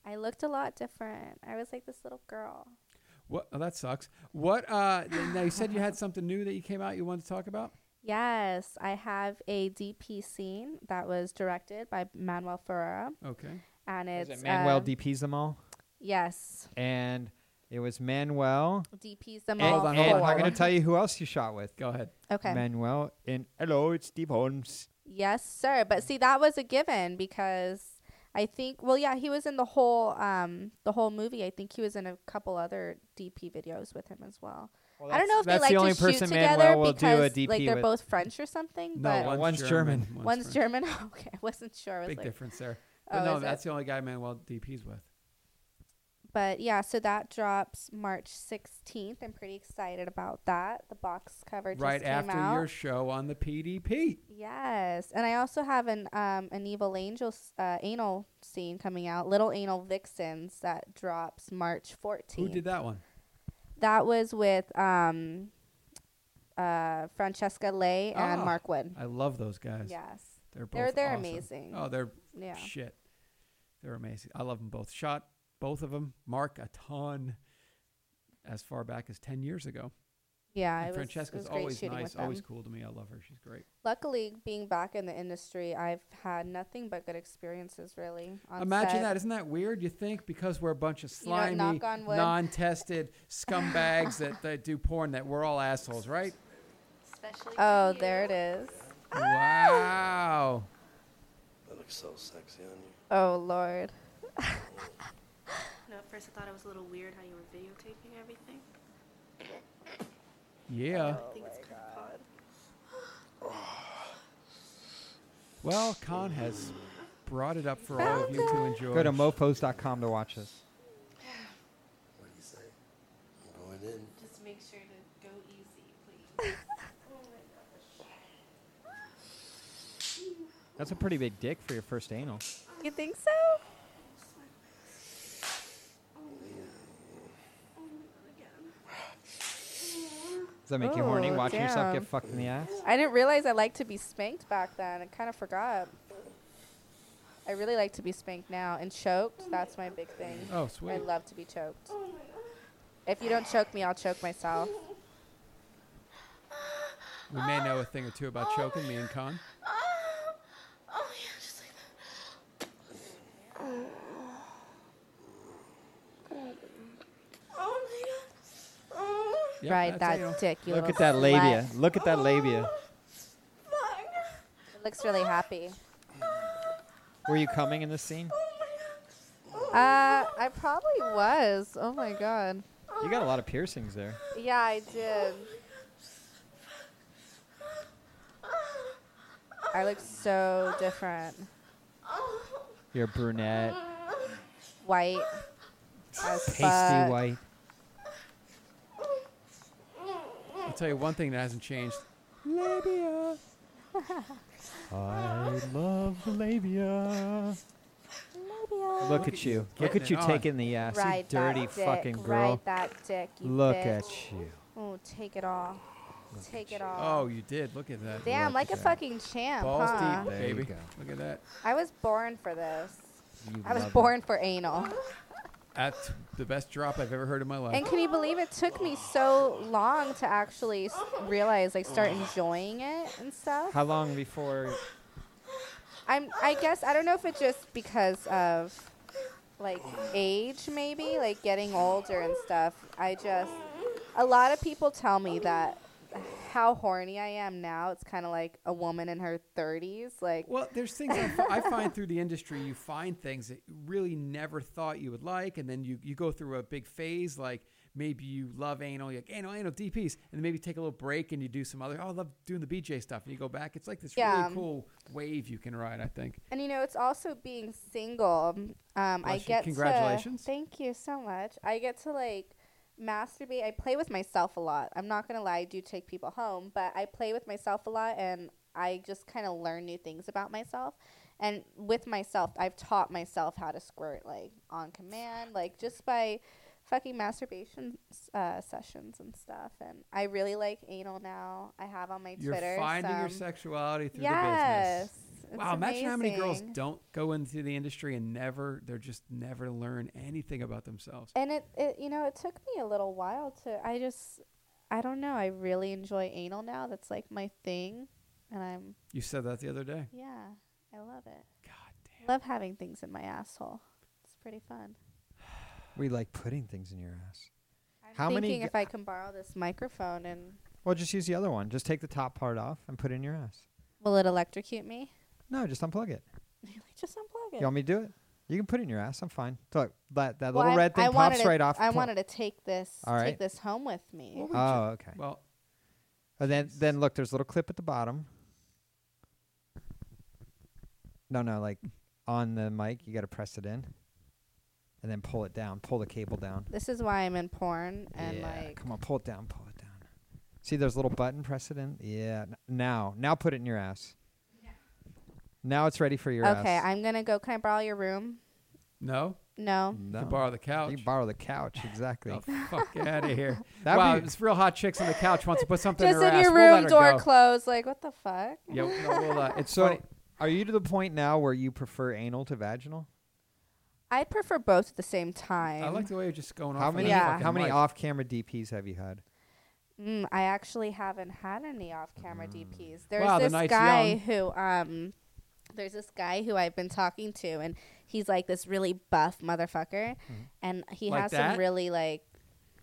F: I looked a lot different. I was like this little girl.
C: What? Oh, that sucks. What? Uh, now you said you had something new that you came out you wanted to talk about.
F: Yes, I have a DP scene that was directed by Manuel Ferrara,
C: Okay.
F: and it's
B: was it Manuel
F: um,
B: DP's them all,
F: Yes,
B: and it was Manuel.
F: DP's them
B: and,
F: all.
B: and
C: on, hold on,
B: I'm
C: hold
B: going
C: on.
B: to tell you who else you shot with.
C: Go ahead.
F: okay.
B: Manuel and hello, it's Steve Holmes.
F: Yes, sir. But see, that was a given because I think. Well, yeah, he was in the whole um the whole movie. I think he was in a couple other DP videos with him as well. I don't know if they
B: that's
F: like
B: the only
F: to shoot
B: person Manuel
F: together
B: will do a
F: because
B: DP
F: like they're
B: with.
F: both French or something.
B: one-
F: but one's,
B: one's German.
C: French.
F: German. okay, I wasn't sure. I was
C: Big
F: like,
C: difference there. But
F: Oh,
C: no,
F: is
C: that's
F: it?
C: the only guy Manuel DP's with.
F: but yeah, so that drops March sixteenth. I'm pretty excited about that. The box cover just
C: right
F: came
C: after
F: out.
C: your show on the PDP.
F: Yes, and I also have an um, an evil angel s- uh, anal scene coming out, Little Anal Vixens, that drops March
C: Who
F: 14th.
C: did that one?
F: That was with um, uh, Francesca Lay and
C: Ah.
F: Mark Wood.
C: I love those guys.
F: Yes,
C: They're both
F: they're they're
C: awesome.
F: amazing.
C: Oh, they're
F: yeah,
C: shit. They're amazing. I love them both. Shot Both of them mark a ton as far back as 10 years ago.
F: Yeah,
C: And
F: it was, it
C: Francesca's
F: was great
C: always
F: shooting
C: nice,
F: with them.
C: always cool to me. I love her. She's great.
F: Luckily, being back in the industry, I've had nothing but good experiences. Really, on
C: Imagine
F: set.
C: that. Isn't that weird? You think because we're a bunch of
F: You know what,
C: slimy,
F: knock on wood.
C: non-tested scumbags that, that do porn that we're all assholes, right?
D: Especially
F: Oh, there it is.
C: Wow.
K: That looks so sexy on you.
F: Oh Lord.
L: No, at first I thought it was a little weird how you were videotaping everything.
C: Yeah.
L: I
F: Oh
L: think it's kind of odd.
C: Well, Khan has brought it up for all of you to enjoy.
B: Go to mofos.com to watch this.
K: What do you say? I'm going in.
D: Just make sure to go easy, please.
B: That's a pretty big dick for your first anal.
F: You think so?
B: Does that make you horny
F: Ooh,
B: watching yourself
F: damn.
B: get fucked in the ass?
F: I didn't realize I liked to be spanked back then. I kind of forgot. I really like to be spanked now and choked. That's my big thing.
C: Oh, sweet.
F: I love to be choked. If you don't choke me, I'll choke myself.
C: we may know a thing or two about choking me and Khan.
L: Um, Oh yeah, just like that. Oh my god. Oh
C: Yep, that's
F: right, that
C: anal.
F: dick. You
B: Look
F: little
B: at that labia.
F: slut.
B: Look at that labia.
L: fuck.
F: It looks really happy.
B: Were you coming in this scene?
F: Uh, I probably was. Oh my god.
B: You got a lot of piercings there.
F: Yeah, I did. I look so different.
B: You're a brunette,
F: White. As
B: pasty
F: fuck.
B: white.
C: I'll tell you one thing that hasn't changed.
B: I love the labia. Look at you. Look at
C: Getting it
B: you
C: on.
B: taking the ass, you
F: Ride
B: dirty
F: that dick,
B: fucking girl.
F: Ride that dick, you
B: Look
F: bitch.
B: at you.
F: Oh, take it all. take it all.
C: Oh, you did. Look at that.
F: Damn,
B: look
F: like a
B: at that.
F: fucking champ,
C: Balls
F: huh?
C: deep,
B: There you
C: baby.
B: go.
C: Look at that.
F: I was born for this.
B: You
F: I was
B: love it.
F: born for anal.
C: That's the best drop I've ever heard in my life.
F: And can you believe it took me so long to actually s- realize, like, start enjoying it and stuff?
B: How long before?
F: I'm, I guess, I don't know if it's just because of, like, age, maybe, like, getting older and stuff. I just, a lot of people tell me that how horny I am now. It's kind of like a woman in her 30s. Like,
C: Well, there's things I, fi- I find through the industry. You find things that you really never thought you would like, and then you, you go through a big phase. Like maybe you love anal, you're like anal, anal DPs, and then maybe take a little break and you do some other. Oh, I love doing the BJ stuff, and you go back. It's like this
F: Yeah.
C: really cool wave you can ride. I think.
F: And you know, it's also being single. Um, I
C: Bless you.
F: get
C: Congratulations.
F: To, thank you so much. I get to like masturbate. I play with myself a lot. I'm not gonna lie. I do take people home, but I play with myself a lot, and I just kind of learn new things about myself. And with myself, I've taught myself how to squirt like on command, like just by fucking masturbation uh, sessions and stuff. And I really like anal now. I have on my
C: You're
F: Twitter.
C: finding your
F: some-
C: sexuality through the
F: Yes.
C: business.
F: it's
C: Wow, imagine how many girls
F: amazing.
C: don't go into the industry and never, they're just never learn anything about themselves.
F: and it, it you know it took me a little while to i just i don't know i really enjoy anal now that's like my thing and i'm
C: You said that the other day.
F: yeah i love it
C: God damn.
F: love having things in my asshole it's pretty fun
B: We like putting things in your ass.
F: i'm
B: How many
F: thinking
B: g-
F: if i can borrow this microphone and
B: Well, just use the other one. Just take the top part off and put it in your ass.
F: will it electrocute me
B: No, just unplug it.
F: like just unplug it
B: You want me to do it? You can put it in your ass. I'm fine. Look, that that
F: Well,
B: little
F: I-
B: red thing
F: I wanted
B: pops
F: to-
B: right off.
F: i
B: the
F: wanted to take this
B: All right.
F: take this home with me
C: What would you-
B: Oh, okay.
C: Well,
B: And then then look, there's a little clip at the bottom. No, no, like on the mic, you got to press it in, and then pull it down. Pull the cable down.
F: this is why i'm in porn and
B: yeah,
F: like
B: come on, pull it down, pull it down. See, there's a little button. Press it in. Yeah, n- now, now put it in your ass. Now it's ready for your ass.
F: okay i'm gonna go can i borrow your room
C: no,
F: no
B: no.
C: to borrow the couch.
B: Um, You borrow the couch, exactly.
C: Oh, fuck out of here.
B: That'd
C: wow,
B: be-
C: it's real hot chicks on the couch wants to put something
F: just
C: in, her
F: in
C: ass.
F: your
C: We'll let
F: room,
C: her
F: door
C: go.
F: closed. Like, what the fuck?
C: Yeah, no, we'll, uh, it's
B: so,
C: funny.
B: are you to the point now where you prefer anal to vaginal?
F: I prefer both at the same time.
C: I like the way you're just going off.
B: How
C: on
B: many
C: that
F: Yeah.
C: fucking
B: how many
C: mic.
B: off-camera DPs have you had?
F: Mm, I actually haven't had any off-camera DPs. There's
C: Mm. Wow, the
F: this
C: night's
F: guy
C: young.
F: who um there's this guy who I've been talking to and he's like this really buff motherfucker and he
C: Mm-hmm. Like
F: has
C: that?
F: some really like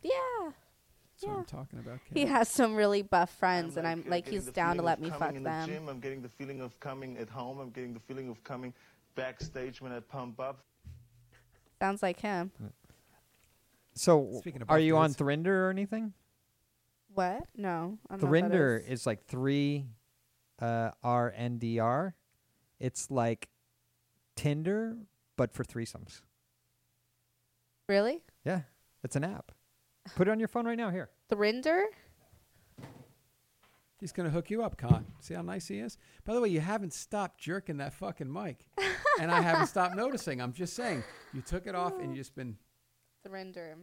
F: yeah,
C: That's what I'm talking about. Kevin.
F: he has some really buff friends and I'm like he's down to let me fuck
M: in
F: them.
M: The gym. I'm getting the feeling of coming at home. I'm getting the feeling of coming backstage when I pump up.
F: Sounds like him.
C: Mm.
B: So
C: Speaking of
B: are
C: buff
B: you on
C: dudes.
B: Thrinder or anything?
F: What? No. I don't know what that
B: Thrinder is like three uh, R N D R. It's like Tinder, but for threesomes.
F: Really?
B: Yeah, it's an app. Put it on your phone right now. Here,
F: Thrinder?
C: He's gonna hook you up, Con. See how nice he is. By the way, you haven't stopped jerking that fucking mic, and I haven't stopped noticing. I'm just saying, you took it off and you just been.
F: Thrinder.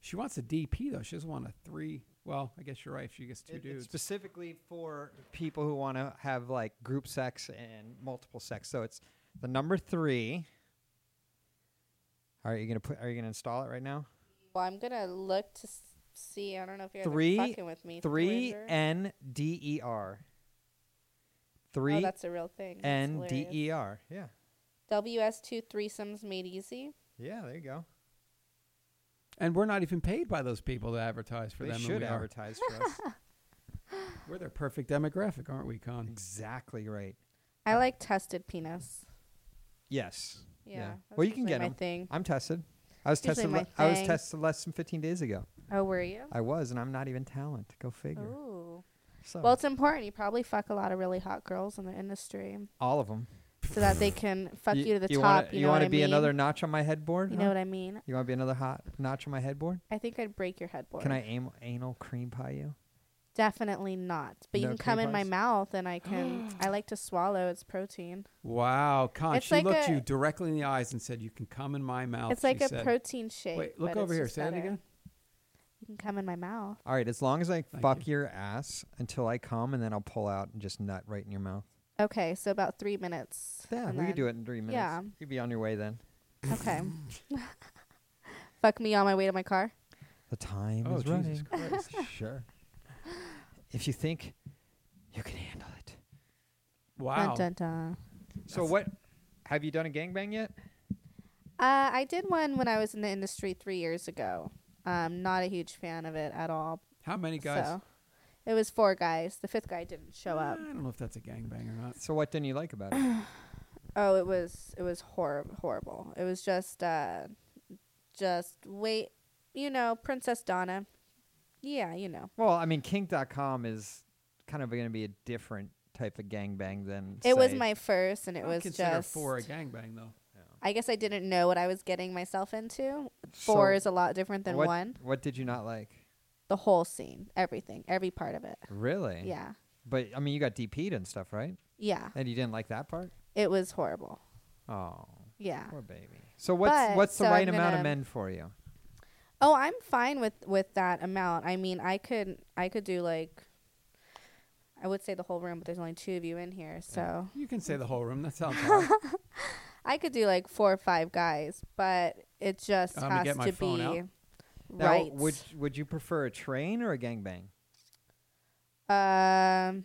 C: She wants a DP though. She doesn't want a three. Well, I guess you're right. If she gets two
B: It- it's
C: dudes,
B: specifically for people who want to have like group sex and multiple sex. So it's the number three. Are you gonna put? Are you gonna install it right now?
F: Well, I'm going to look to s- see. I don't know if you're
B: Three-
F: fucking with me.
B: Three
F: Thrinder?
B: N D E R.
F: Oh,
B: Three
F: that's a real thing. That's
B: N D
F: hilarious.
B: E R. Yeah,
F: WS2 threesomes made easy.
B: yeah. There you go.
C: and we're not even paid by those people to advertise for
B: they
C: them. and
B: should
C: we are.
B: advertise for us.
C: We're their perfect demographic, aren't we, Con?
B: exactly right.
F: I like tested penis.
B: Yes.
F: Yeah. that's
B: Well, you can
F: usually
B: get
F: my
B: them.
F: thing.
B: I'm tested. I was
F: Usually
B: tested.
F: my
B: le- I was
F: thing.
B: tested less than 15 days ago.
F: Oh, were you?
B: I was, and I'm not even talent. Go figure.
F: Ooh.
B: So
F: Well, it's important. You probably fuck a lot of really hot girls in the industry
B: all of them.
F: so that they can fuck you, to the
B: Wanna,
F: top. you
B: wanna
F: want to
B: be another notch on my headboard?
F: You
B: huh?
F: know what I mean?
B: You want to be another hot notch on my headboard?
F: I think I'd break your headboard.
B: Can I aim, anal cream pie you?
F: Definitely not. But you
B: No
F: can come in my
B: cream pies?
F: mouth and I can. I like to swallow. It's protein.
C: Wow, Con.
F: It's
C: she
F: like
C: looked
F: a-
C: you directly in the eyes and said, "You can come in my mouth."
F: it's like
C: she
F: a
C: said.
F: protein shake.
C: Wait, look
F: but
C: over
F: it's
C: here.
F: just
C: Say
F: better.
C: it again.
F: You can come in my mouth.
B: All right, as long as I
C: Thank
B: fuck your ass until I come, and then I'll pull out and just nut right in your mouth.
F: Okay, so about three minutes.
B: Yeah,
F: and
B: we
F: then-
B: could do it in three minutes.
F: yeah.
B: You'd be on your way then.
F: Okay. Fuck me on my way to my car.
B: The time
C: Oh,
B: is
C: Jesus
B: running.
C: Christ!
B: sure. If you think you can handle it.
C: Wow.
F: Dun, dun, dun.
B: So what? Have you done a gangbang yet?
F: Uh, I did one when I was in the industry three years ago. Um, not a huge fan of it at all.
C: How many guys?
F: So it was four guys. The fifth guy didn't show up.
C: I don't know if that's a gangbang or not.
B: So what didn't you like about it?
F: Oh, it was it was horrible. Horrible. It was just uh, just wait. You know, Princess Donna. Yeah, you know.
B: well, I mean, kink.com is kind of going to be a different type of gangbang than.
F: It was
B: say-
F: my first, and
C: I
F: it
C: would
F: was
C: consider
F: just.
C: four a gangbang though.
F: I guess I didn't know what I was getting myself into.
B: So
F: Four is a lot different than
B: what,
F: one.
B: What did you not like?
F: The whole scene, everything, every part of it.
B: Really?
F: Yeah,
B: But I mean, you got DP'd and stuff, right?
F: yeah.
B: And you didn't like that part.
F: It was horrible.
B: Oh,
F: Yeah.
B: poor baby. So what's
F: Uh, But-
B: what's the
F: so
B: right
F: I'm
B: amount of
F: gonna-
B: men for you?
F: Oh, I'm fine with with that amount. I mean, I could I could do like. I would say the whole room, but there's only two of you in here, so
C: You can say the whole room. That sounds hard.
F: I could do like four or five guys, but it just
C: I'm gonna
F: has
C: get my
F: to
C: phone
F: be
C: out.
F: right.
B: Now, would would you prefer a train or a gangbang?
F: um,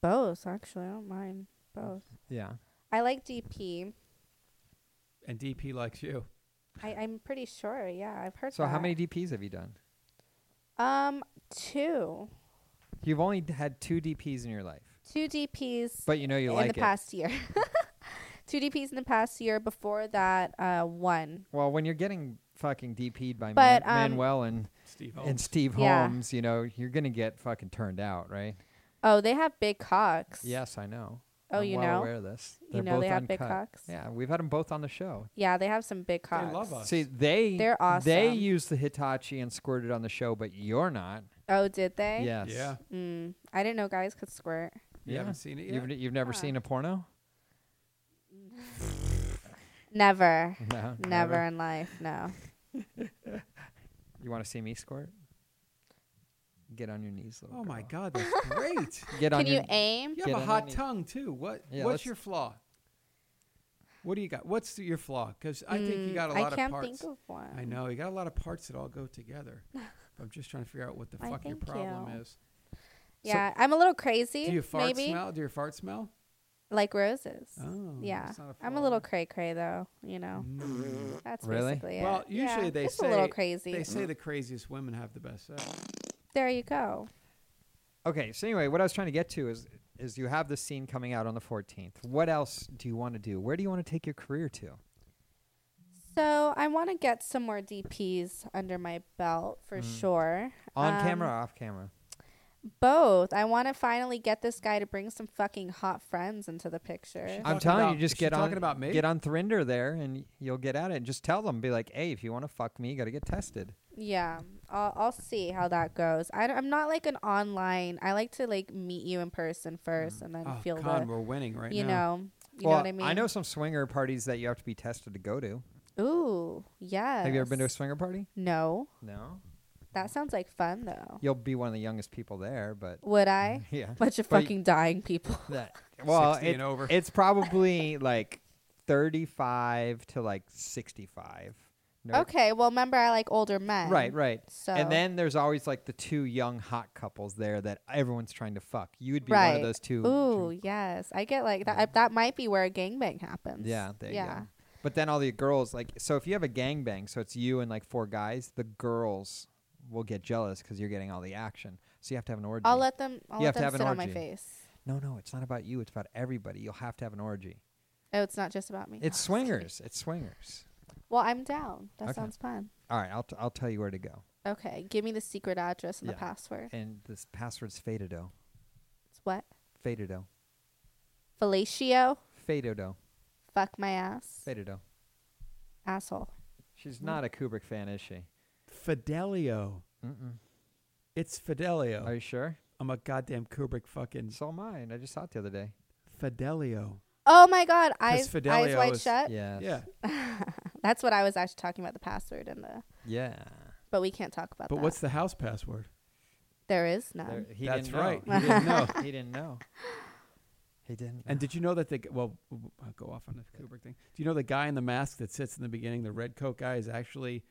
F: both actually. I don't mind both.
B: Yeah.
F: I like DP.
C: and DP likes you.
F: I, I'm pretty sure. Yeah, I've heard.
B: So how
F: that.
B: many DPs have you done?
F: Um, two,
B: You've only d- had two DPs in your life,
F: two DPs
B: but you know you
F: in
B: like
F: the
B: it.
F: past year. two DPs in the past year. Before that, uh, one.
B: Well, when you're getting fucking DP'd by
F: But,
B: Man-
F: um,
B: Manuel and
C: Steve
B: and
C: Holmes.
B: Steve
F: Yeah.
B: Holmes, you know, you're gonna get fucking turned out, right?
F: Oh, they have big cocks.
B: Yes, I know.
F: Oh,
B: I'm
F: you
B: well
F: know?
B: aware of this.
F: You
B: They're
F: know
B: both
F: they have
B: uncut.
F: big cocks?
B: Yeah, we've had them both on the show.
F: Yeah, they have some big cocks.
C: They love us.
B: See, they
F: They're
B: They
F: awesome.
B: use the Hitachi and squirted on the show, but you're not.
F: Oh, did they?
B: Yes.
C: Yeah.
F: Mm, I didn't know guys could squirt.
C: You
B: Yeah.
C: haven't seen it yet.
B: You've, you've never
F: Huh.
B: seen a porno?
F: Never.
B: No.
C: Mm-hmm.
F: Never in life, no.
B: You want to see me squirt? Get on your knees, little
C: Oh my
B: girl.
C: God, that's great.
B: Get on
F: Can you
B: your
F: aim?
C: You
B: Get
C: have
B: on
C: a
B: your
C: hot
B: knee.
C: tongue too. What?
B: Yeah,
C: what's
B: let's-
C: your flaw? What do you got? What's your flaw? Because I think you
F: Mm,
C: got a
F: I
C: lot
F: can't
C: of parts.
F: think of one.
C: I know you got a lot of parts that all go together. I'm just trying to figure out what the
F: Why,
C: fuck your
F: thank
C: problem
F: you.
C: is.
F: Yeah, I'm a little crazy.
C: Do you fart
F: maybe
C: smell? Do your fart smell?
F: like roses.
C: Oh,
F: yeah,
C: that's not a Mm.
F: I'm a little cray cray though. You know, that's
B: Really?
F: basically it.
C: Well,
F: Yeah,
C: usually they
F: it's
C: say
F: a little crazy. Mm.
C: They say the craziest women have the best sex.
F: there you go.
B: Okay, so anyway, what I was trying to get to is is you have this scene coming out on the 14th. What else do you want to do? Where do you want to take your career to?
F: So I want to get some more DPs under my belt for
C: Mm.
F: sure.
B: On
F: Um,
B: camera or off camera?
F: Both. I want to finally get this guy to bring some fucking hot friends into the picture.
C: She's
B: I'm
C: talking
B: telling
C: about-
B: you, just
C: is she
B: get on
C: talking about me?
B: get on Thrinder there, and you'll get at it. And just tell them, be like, hey, if you want to fuck me, you got to get tested.
F: Yeah, I'll, I'll see how that goes. I, am not like an online. I like to like meet you in person first, and then
C: Oh,
F: feel
C: Con,
F: the
C: we're winning right
F: you
C: now.
F: know you know
B: well,
F: what I mean.
B: I know some swinger parties that you have to be tested to go to.
F: Ooh, yes.
B: Have you ever been to a swinger party?
F: No,
B: No.
F: that sounds like fun though.
B: You'll be one of the youngest people there, but
F: Would I?
B: Mm, yeah.
F: Bunch of
B: Well, y-
F: fucking dying people.
B: That well,
C: 60 and
B: it-
C: over.
B: it's probably like thirty-five to like sixty-five. No,
F: okay, well, remember I like older men.
B: Right, right.
F: So
B: And then there's always like the two young hot couples there that everyone's trying to fuck. You would be one of
F: Right.
B: those two.
F: Ooh, yes, I get like that. I, that might be where a gangbang happens.
B: Yeah, there
F: yeah.
B: you go. But then all the girls, like, so if you have a gangbang, so it's you and like four guys, the girls will get jealous because you're getting all the action. So you have to have an orgy.
F: I'll let them. I'll
B: You have to
F: let them
B: have an
F: sit on my
B: orgy.
F: face.
B: no, no, it's not about you. It's about everybody. You'll have to have an orgy.
F: Oh, it's not just about me.
B: It's
F: Oh, sorry.
B: swingers. It's swingers.
F: Well, I'm down. That
B: Okay.
F: sounds fun.
B: All right, I'll, t- I'll tell you where to go.
F: Okay, give me the secret address and
B: Yeah.
F: the password.
B: And this password's Fadedo.
F: It's what?
B: Fadedo.
F: Fellatio.
B: Fadedo.
F: Fuck my ass.
B: Fadedo.
F: Asshole.
B: She's
F: Mm.
B: not a Kubrick fan, is she?
C: Fidelio.
B: Mm-mm.
C: It's Fidelio.
B: Are you sure?
C: I'm a goddamn Kubrick fucking
B: So mine. I just saw it the other day.
C: Fidelio.
F: Oh my God! Eyes, eyes
C: Fidelio
F: wide
C: is-
F: shut.
B: Yes.
C: Yeah,
F: That's what I was actually talking about the password and the.
B: Yeah.
F: But we can't talk about
C: but
F: that.
C: what's the house password?
F: there is
B: There-
F: none.
B: he
C: That's
B: didn't
C: right.
B: Know. he
C: He didn't know.
B: didn't know. He didn't.
C: And
B: know.
C: did you know that the g- well, w- I'll go off on the Kubrick thing. Do you know the guy in the mask that sits in the beginning, the red coat guy, is actually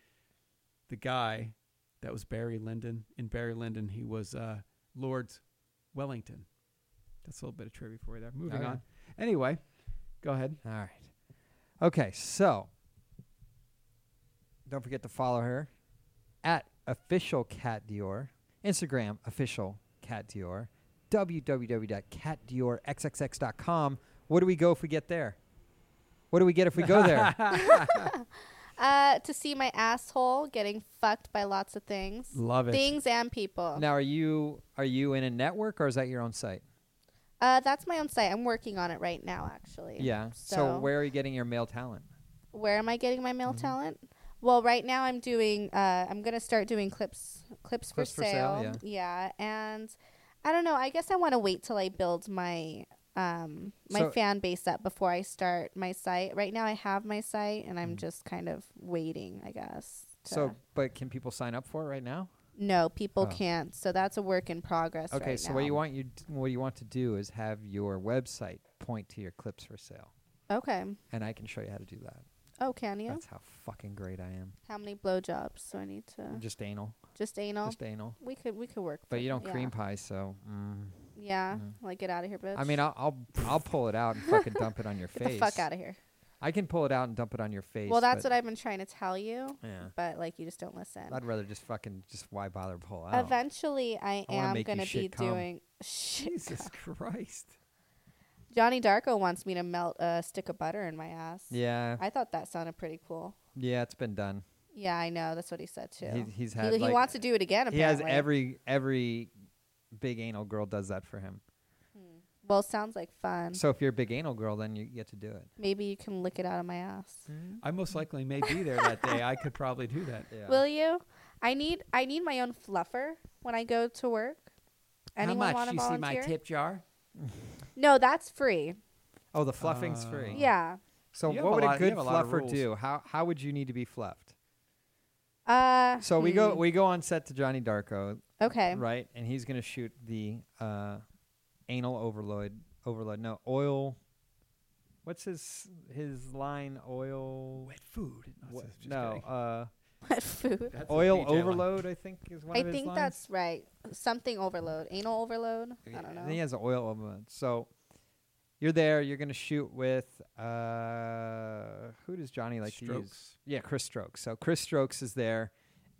C: the guy that was Barry Lyndon. In Barry Lyndon, he was uh, Lord Wellington. That's a little bit of trivia for you there. Moving
B: Okay.
C: on. Anyway, go ahead.
B: All right. Okay, so don't forget to follow her at official cat Dior, Instagram official cat Dior, www.catdiorxxx.com. What do we go if we get there? What do we get if we go there?
F: Uh, to see my asshole getting fucked by lots of things,
C: Love it.
F: things and people.
B: now, are you are you in a network or is that your own site?
F: Uh, that's my own site. I'm working on it right now, actually.
B: Yeah. So, where are you getting your male talent?
F: where am I getting my male
B: Mm-hmm.
F: talent? Well, right now I'm doing. Uh, I'm gonna start doing clips,
B: Clips
F: clips, for,
B: for
F: sale.
B: sale,
F: yeah. and I don't know. I guess I want to wait till I build my um my
B: So-
F: fan base up before I start my site. Right now I have my site, and I'm just kind of waiting. I guess. to-
B: Mm-hmm. So, but can people sign up for it right now?
F: no, people
B: Oh.
F: can't. So that's a work in progress.
B: Okay,
F: right
B: so what you
F: now.
B: want you d- what you want to do is have your website point to your clips for sale,
F: Okay.
B: and I can show you how to do that.
F: Oh, can you?
B: That's how fucking great I am.
F: How many blowjobs? So I need to just,
B: Just anal,
F: anal.
B: just anal.
F: we could we could work.
B: But
F: with
B: you
F: it,
B: don't
F: Oh. yeah.
B: cream pie, so mm.
F: Yeah, like get out of here, bitch.
B: I mean, I'll, I'll I'll pull it out and fucking dump it on your
F: get
B: face.
F: the fuck out of here.
B: I can pull it out and dump it on your face.
F: Well, that's what I've been trying to tell you,
B: Yeah.
F: but like you just don't listen.
B: I'd rather just fucking just why bother pull out.
F: Eventually, I
B: I wanna
F: am
B: make you
F: gonna
B: shit
F: be
B: cum.
F: doing shit.
C: Jesus Christ.
F: Johnny Darko wants me to melt a stick of butter in my ass.
B: Yeah,
F: I thought that sounded pretty cool.
B: yeah, it's been done.
F: Yeah, I know. That's what he said too.
B: He, he's
F: He-
B: had.
F: he,
B: like-
F: wants to do it again.
B: He has
F: Apparently,
B: every every big anal girl does that for him.
F: Mm-hmm. Well, sounds like fun.
B: So if you're a big anal girl, then you get to do it.
F: Maybe you can lick it out of my ass.
C: I most likely may be there that day. I could probably do that.
B: Yeah.
F: Will you? I need I need my own fluffer when I go to work. Anyone want to volunteer?
C: jar?
F: No, that's free.
B: oh, the fluffing's
F: Uh,
C: Oh.
B: free.
F: Yeah.
B: So
C: You have
B: what
C: a
B: would
C: lot-
B: a
C: you
B: good
C: have a lot of
B: fluffer
C: rules.
B: do? How how would you need to be fluffed?
F: Uh.
B: So we go
F: hmm.
B: we go on set to Johnny Darko,
F: Okay.
B: right? And he's gonna shoot the uh, anal overload overload. No oil What's his his line? Oil.
C: Wet food. No,
B: What,
C: it's- just
B: no
C: kidding.
B: uh,
F: Wet food.
C: That's his
B: oil
C: DJ line.
B: overload. I think is one
F: I
B: of his
F: think
B: lines.
F: that's right. Something overload, anal overload. I don't
B: Yeah,
F: know.
B: I think he has an oil overload. So you're there. You're going to shoot with uh, who does Johnny like to use?
C: Strokes?
B: Yeah, Chris Strokes. So Chris Strokes is there,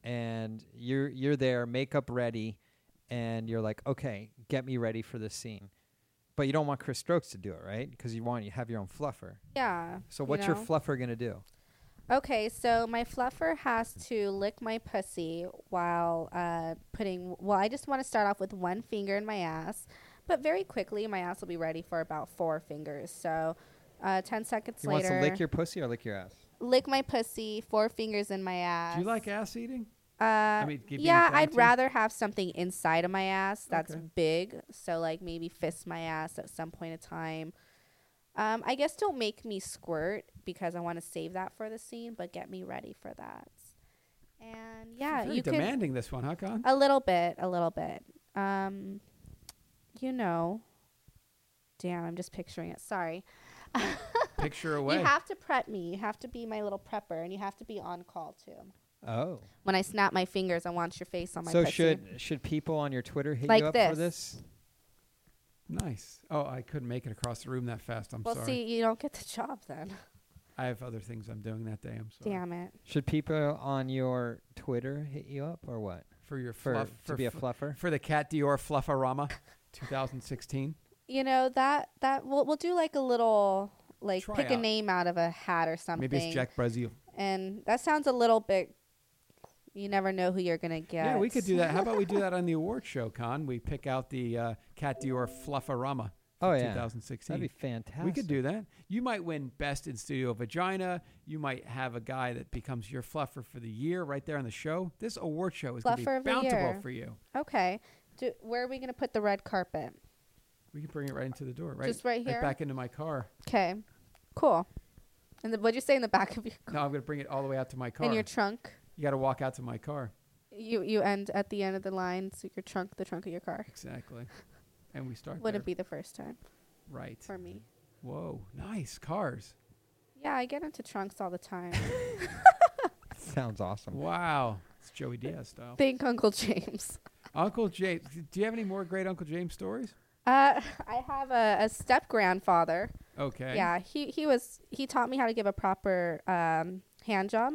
B: and you're you're there, makeup ready, and you're like, okay, get me ready for this scene. But you don't want Chris Strokes to do it, right? Because you want you have your own fluffer.
F: Yeah,
B: So
F: you
B: what's your
F: know.
B: fluffer going to do?
F: Okay, so my fluffer has to lick my pussy while uh, putting. Well, I just want to start off with one finger in my ass, but very quickly my ass will be ready for about four fingers. So, uh, ten seconds
B: He wants
F: later,
B: to lick your pussy or lick your ass.
F: lick my pussy, four fingers in my ass.
C: Do you like ass eating?
F: Uh,
C: mean, give you
F: yeah,
C: inclined
F: I'd
C: to?
F: rather have something inside of my ass that's
C: Okay.
F: big. So like maybe fist my ass at some point in time. Um, I guess don't make me squirt because I want to save that for the scene, but get me ready for that. And yeah,
C: Very
F: you can
C: demanding this one, huh, Con?
F: a little bit, a little bit. Um, you know, damn, I'm just picturing it. Sorry.
C: Picture away.
F: You have to prep me. You have to be my little prepper, and you have to be on call too.
B: Oh,
F: When I snap my fingers, I want your face on my.
B: so
F: pussy.
B: should should people on your Twitter hit
F: Like
B: you up for
F: this.
B: this?
C: nice. Oh, I couldn't make it across the room that fast. I'm
F: Well,
C: sorry.
F: see, you don't get the job then.
C: I have other things I'm doing that day. I'm sorry.
F: Damn it.
B: Should people on your Twitter hit you up or what?
C: For your
B: For
C: fluff,
B: to
C: for
B: be a
C: fl-
B: fluffer?
C: for the Cat Dior Fluffarama 2016.
F: You know that that we'll we'll do like a little like pick a
C: Tryout.
F: name out of a hat or something.
C: Maybe it's Jack Brazil.
F: And that sounds a little bit. You never know who you're gonna get.
C: Yeah, we could do that. How about we do that on the award show, Con? We pick out the uh, Cat Dior Fluffarama. for
B: Oh, yeah.
C: 2016.
B: That'd be fantastic.
C: We could do that. You might win best in studio vagina. You might have a guy that becomes your fluffer for the year right there on the show. This award show is going to
F: Fluffer
C: be
F: of the year.
C: bountiful for you.
F: Okay. Do, where are we gonna put the red carpet?
C: We can bring it right into the door, right?
F: Just right here?
C: back into my car.
F: Okay. Cool. And the, what'd you say in the back of your
C: No, I'm going to bring it all the way out to my car.
F: in your trunk?
C: you got to walk out to my car.
F: You you end at the end of the line, so your trunk, the trunk of your car.
C: Exactly. And we start
F: Wouldn't
C: there.
F: be the first time
C: right.
F: for me.
C: Whoa, nice cars.
F: Yeah, I get into trunks all the time.
B: Sounds awesome.
C: Wow. It's Joey Diaz style.
F: Thank Uncle James.
C: Uncle James, do you have any more great Uncle James stories?
F: Uh, I have a, a step grandfather.
C: Okay.
F: Yeah, he, he was he taught me how to give a proper um, hand job,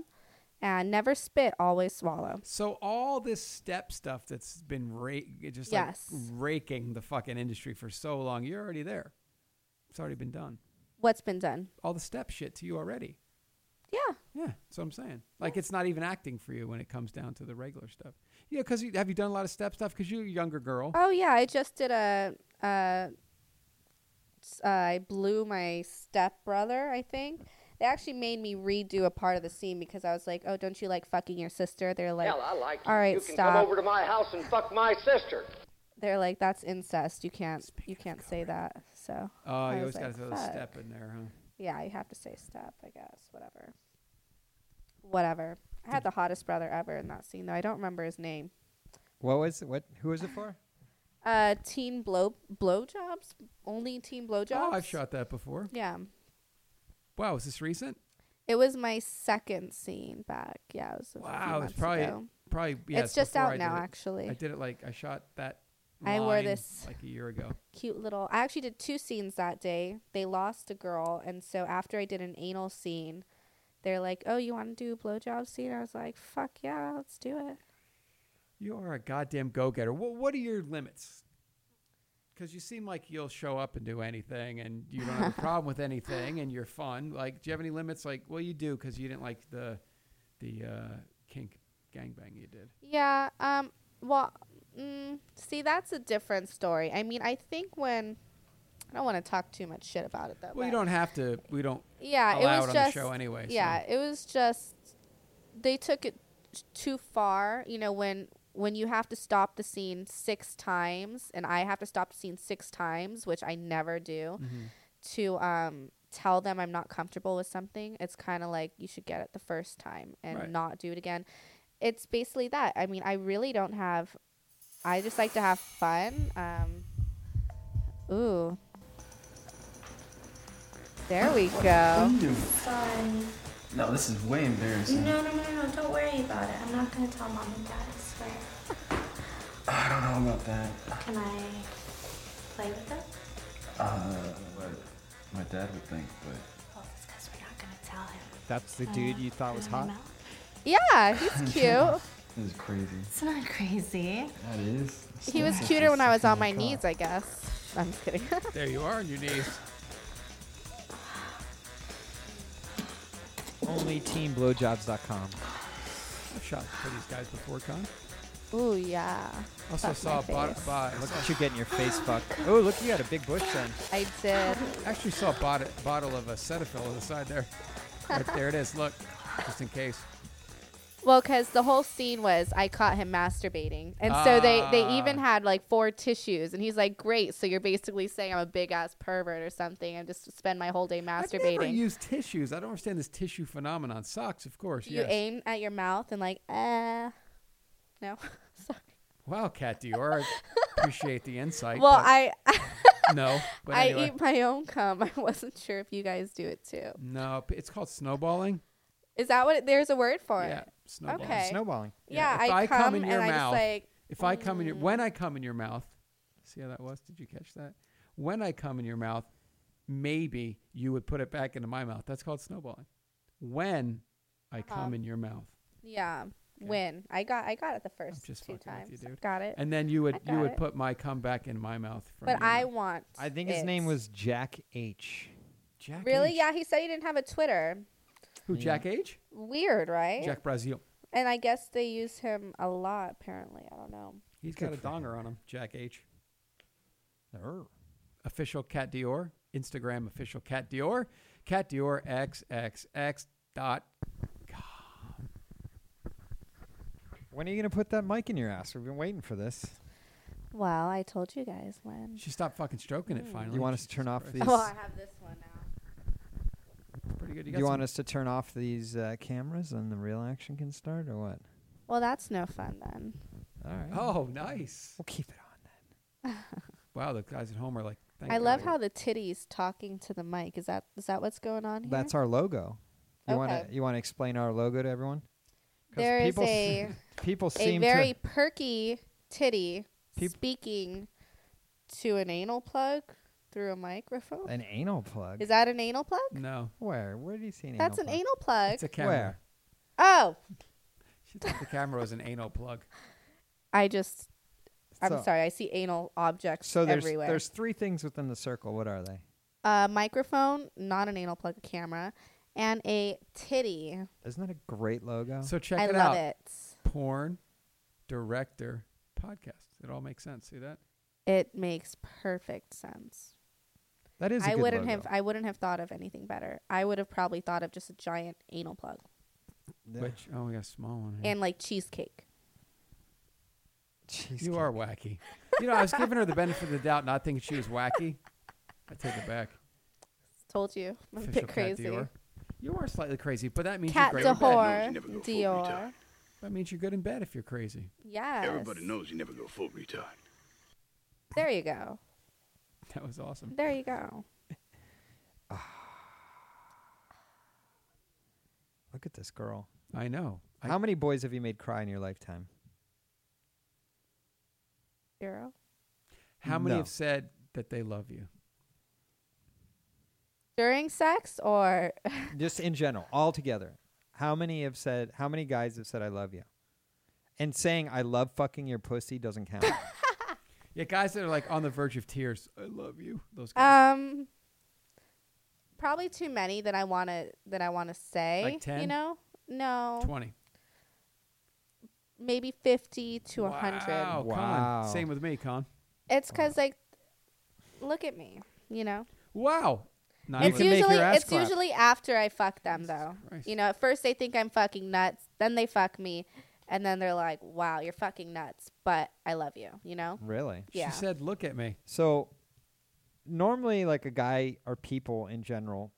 F: and never spit, always swallow.
C: So all this step stuff that's been ra- it just
F: Yes.
C: like raking the fucking industry for so long, you're already there. It's already been done.
F: What's been done?
C: All the step shit to you already.
F: Yeah,
C: Yeah, that's what I'm saying. Like it's not even acting for you when it comes down to the regular stuff. Yeah, because have you done a lot of step stuff? Because you're a younger girl.
F: Oh yeah, I just did a. Uh, s- uh, I blew my stepbrother. I think they actually made me redo a part of the scene because I was like, "Oh, don't you like fucking your sister?" They're like,
M: Hell, I like you.
F: "All right,
M: you can
F: stop."
M: come over to my house and fuck my sister.
F: They're like, "That's incest. You can't. you can't say that." So.
C: Oh,
F: I
C: you
F: was
C: always got to
F: like,
C: throw the
F: "Fuck."
C: step in there, huh?
F: Yeah, you have to say step. I guess whatever. Whatever. I had the hottest brother ever in that scene, though. I don't remember his name.
B: What was it? What? Who was it for?
F: Uh, teen blow blowjobs. Only teen blowjobs.
C: Oh, I've shot that before.
F: Yeah.
C: Wow, is this recent?
F: It was my second scene back. Yeah, it was a few
C: Wow, it's
F: months
C: probably
F: ago.
C: probably yeah,
F: It's just
C: before
F: out
C: I did
F: now,
C: it.
F: actually.
C: I did it like I shot that.
F: I wore
C: line
F: this-
C: like a year ago.
F: Cute little. I actually did two scenes that day. They lost a girl, and so after I did an anal scene, they're like, "Oh, you want to do a blowjob scene?" I was like, "Fuck yeah, let's do it."
C: You are a goddamn go getter. What what are your limits? Because you seem like you'll show up and do anything, and you don't have a problem with anything, and you're fun. Like, do you have any limits? Like, well, you do because you didn't like the the uh, kink gangbang you did.
F: Yeah. Um. Well. Mm, see, that's a different story. I mean, I think when I don't want to talk too much shit about it though.
C: Well, you
F: but-
C: don't have to. We don't. allow
F: Yeah, Uh, it
C: it
F: was
C: on
F: just
C: the show anyway. so-
F: Yeah, it was just they took it too far. You know, when when you have to stop the scene six times, and I have to stop the scene six times, which I never do,
C: Mm-hmm.
F: to um tell them I'm not comfortable with something. It's kind of like you should get it the first time and
C: Right.
F: not do it again. It's basically that. I mean, I really don't have. I just like to have fun. Um, ooh. There we go.
L: Fun.
N: No, this is way embarrassing.
L: No, no, no, no, no. Don't worry about it. I'm not gonna tell mom and dad. I swear.
N: I don't know about that.
L: Can I play with them?
N: Uh, what my dad would think, but
L: Because we're not gonna tell him.
B: That's the dude you thought was hot.
F: Yeah, he's cute.
N: this is crazy.
L: It's not crazy.
N: That is.
F: He was cuter when I was on my knees, I guess. I'm just kidding.
C: There you are on your knees.
B: Only teamblowjobs.com.
C: I've shot for these guys before, Con.
F: Ooh, yeah.
C: Also
F: Fuck
C: saw
F: my
C: a bot.
F: face.
C: bot
B: Look at you getting your face fucked. Oh, look, you got a big bush then.
F: I did.
C: Actually saw a bot- bottle of Cetaphil on the side there. Right there it is. Look, just in case.
F: Well, because the whole scene was I caught him masturbating, and so they they even
C: Ah.
F: had like four tissues, and he's like, "Great, so you're basically saying I'm a big ass pervert or something, and just spend my whole day
C: I've never
F: masturbating."
C: used tissues. I don't understand this tissue phenomenon. Socks, of course.
F: you
C: yes.
F: aim at your mouth and like, uh, no. Sorry.
C: Wow, Cat Dior. I appreciate the insight.
F: well,
C: but
F: I
C: no, but
F: I
C: anyway.
F: eat my own cum. I wasn't sure if you guys do it too.
C: No, p- it's called snowballing.
F: Is that what it, there's a word for
C: Yeah,
F: it?
C: snowballing.
F: Okay.
B: Snowballing.
F: Yeah,
C: if
F: I,
C: I come in your
F: and
C: mouth,
F: I just like
C: if I come in your
F: Mm.
C: when I come in your mouth, see how that was? Did you catch that? When I come in your mouth, maybe you would put it back into my mouth. That's called snowballing. When I
F: Uh-huh.
C: come in your mouth,
F: yeah. Win. I got I got it the 1st
C: just
F: two
C: fucking with
F: times.
C: you, dude.
F: Got it.
C: and then you would
F: I
C: you
F: got
C: would
F: it.
C: put my come back in my mouth. From
F: But
C: your
F: I
C: mouth.
F: want.
B: I think his
F: it.
B: name was Jack H.
C: Jack
F: Really?
C: H.
F: Yeah, he said he didn't have a Twitter.
C: Who Jack H?
F: Weird, right?
C: Jack Brazil.
F: And I guess they use him a lot. Apparently, I don't know.
C: He's got a donger on him. Jack H.
B: Err.
C: Official Cat Dior. Instagram official Cat Dior. Cat Dior XXX dot.
B: When are you going to put that mic in your ass? We've been waiting for this.
F: Well, I told you guys when.
C: She stopped fucking stroking it finally.
B: You want us to turn off these?
F: Oh, I have this one now.
C: Pretty good.
B: Do
C: You,
B: you,
C: got
B: want
C: some-
B: us to turn off these uh, cameras and the real action can start, or what?
F: Well, that's no fun then.
B: All right.
C: Oh, nice.
B: We'll keep it on.
C: Wow, the guys at home are like. Thank
F: I love
C: God.
F: how the titty's talking to the mic. Is that is that what's going on here?
B: That's our logo. You want
F: Okay.
B: to you want to explain our logo to everyone? 'Cause
F: There is
B: people s-
F: a-
B: people
F: a
B: seem
F: very
B: to
F: perky titty
B: Peop-
F: speaking to an anal plug through a microphone.
B: an anal plug.
F: Is that an anal plug?
C: No,
B: Where? Where do you see an
F: That's an
B: anal
F: anal plug.
C: it's a camera.
B: Where?
F: oh,
C: She thought the camera was an anal plug.
F: I just. I'm
B: So-
F: sorry. I see anal objects
B: So there's
F: everywhere.
B: there's three things within the circle. What are they?
F: a microphone, not an anal plug, a camera, and a titty.
B: Isn't that a great logo?
C: So check
F: I
C: it
F: love
C: out.
F: it.
C: Porn director podcast. It all makes sense. See that?
F: It makes perfect sense.
B: that is. I
F: I wouldn't have. I wouldn't have thought of anything better. I would have probably thought of just a giant anal plug
C: Which oh, we got a small one.
B: Mm-hmm.
C: Here.
F: and like cheesecake.
C: you are wacky. You know, I was giving her the benefit of the doubt, not thinking she was wacky. I take it back.
F: Told you, I'm a
C: Official
F: bit
C: Cat
F: crazy.
C: Dior. You are slightly crazy, but that means
F: Cat
C: you're great in bed.
F: Dehor, Dior.
C: That means you're good in bed if you're crazy.
F: Yes.
M: Everybody knows you never go full retard.
F: There you go.
C: That was awesome.
F: There you go.
B: Look at this girl.
C: I know. I,
B: How many boys have you made cry in your lifetime?
F: Zero.
C: how many
B: No.
C: have said that they love you?
F: During sex or
B: Just in general, all together. How many have said? How many guys have said I love you? And saying I love fucking your pussy doesn't count.
C: Yeah, guys that are like on the verge of tears. I love you. Those guys.
F: um probably too many that I want to that I want to say,
C: Like 10?
F: you know? No.
C: 20.
F: Maybe 50 to a 100.
C: Wow,
B: Wow.
C: Con. Same with me, Con.
F: It's cuz like look at me, you know?
C: Wow. Not
F: It's
C: with-
B: can make your
F: usually
B: ass
F: it's
B: clap.
F: usually after I fuck them though.
C: Christ.
F: You know, at first they think I'm fucking nuts, then they fuck me, and then they're like, "Wow, you're fucking nuts, but I love you," you know?
B: really?
F: Yeah.
C: She said, "Look at me."
B: So normally like a guy or people in general,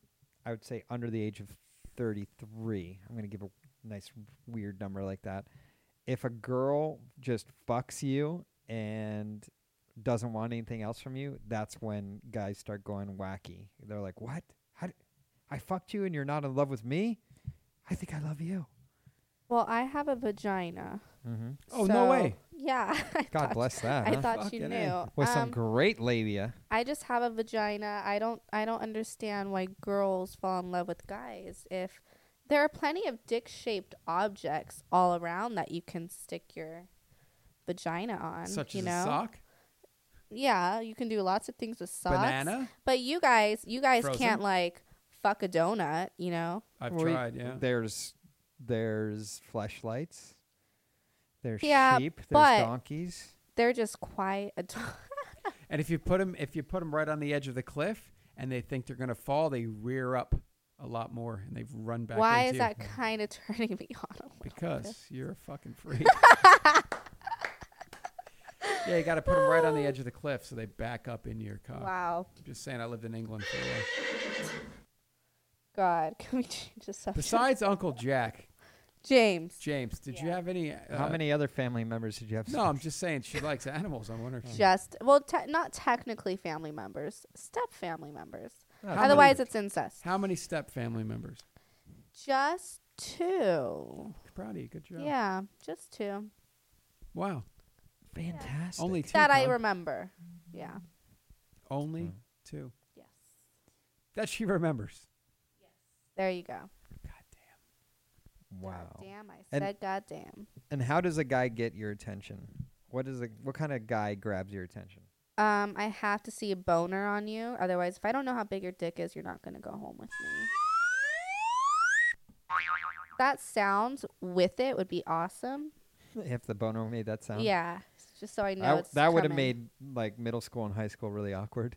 B: I would say under the age of 33. I'm going to give a nice weird number like that. If a girl just fucks you and doesn't want anything else from you, that's when guys start going wacky. They're like, "What? How d- I fucked you and you're not in love with me. I think I love you.
F: Well, I have a vagina.
B: Mm-hmm.
C: Oh, no way.
F: Yeah. I
B: God
F: thought-
B: bless that.
F: I
B: huh?
F: thought you
C: Fucking
F: knew.
C: A.
B: With some
F: Um,
B: great labia.
F: I just have a vagina. I don't I don't understand why girls fall in love with guys if there are plenty of dick-shaped objects all around that you can stick your vagina on,
C: Such
F: you
C: as
F: know?
C: a sock.
F: Yeah, you can do lots of things with socks.
C: Banana?
F: But you guys, you guys
C: Frozen?
F: can't like fuck a donut, you know?
C: I've
B: Well, y-
C: tried. Yeah.
B: There's there's fleshlights. There's
F: Yeah,
B: sheep.
F: but-
B: There's donkeys.
F: They're just quiet. adult-
C: And if you put them, if you put 'em right on the edge of the cliff, and they think they're going to fall, they rear up a lot more, and they've run back.
F: Why
C: into
F: is
C: you.
F: that kind of turning me on? a little bit?
C: Because you're a fucking freak. yeah, you got to put them right on the edge of the cliff so they back up in your car.
F: Wow.
C: Just saying, I lived in England for a while.
F: God, can we change the subject?
C: Besides Uncle Jack,
F: James,
C: James, did you have any? Uh,
B: How many other family members did you have?
C: No, I'm just saying she likes animals. I wonder. If she,
F: just well, te- not technically family members, step family members.
C: Oh, How
F: Otherwise,
C: many-
F: it's incest.
C: how many step family members?
F: Just two.
C: Proud of you. Good job.
F: Yeah, just two
C: Wow.
B: Fantastic.
C: Only two.
F: that I
C: Con.
F: remember. Yeah.
C: Only
B: Hmm.
C: two.
F: Yes.
C: That she remembers.
F: There you go.
B: wow.
F: Damn, I
B: And-
F: said goddamn.
B: And how does a guy get your attention? What is a what kind of guy grabs your attention?
F: Um, I have to see a boner on you. Otherwise, if I don't know how big your dick is, you're not gonna go home with me. That sound with it would be awesome.
B: If the boner made that sound.
F: Yeah, just so I know.
B: I w-
F: it's
B: that would have
F: coming.
B: made like middle school and high school really awkward.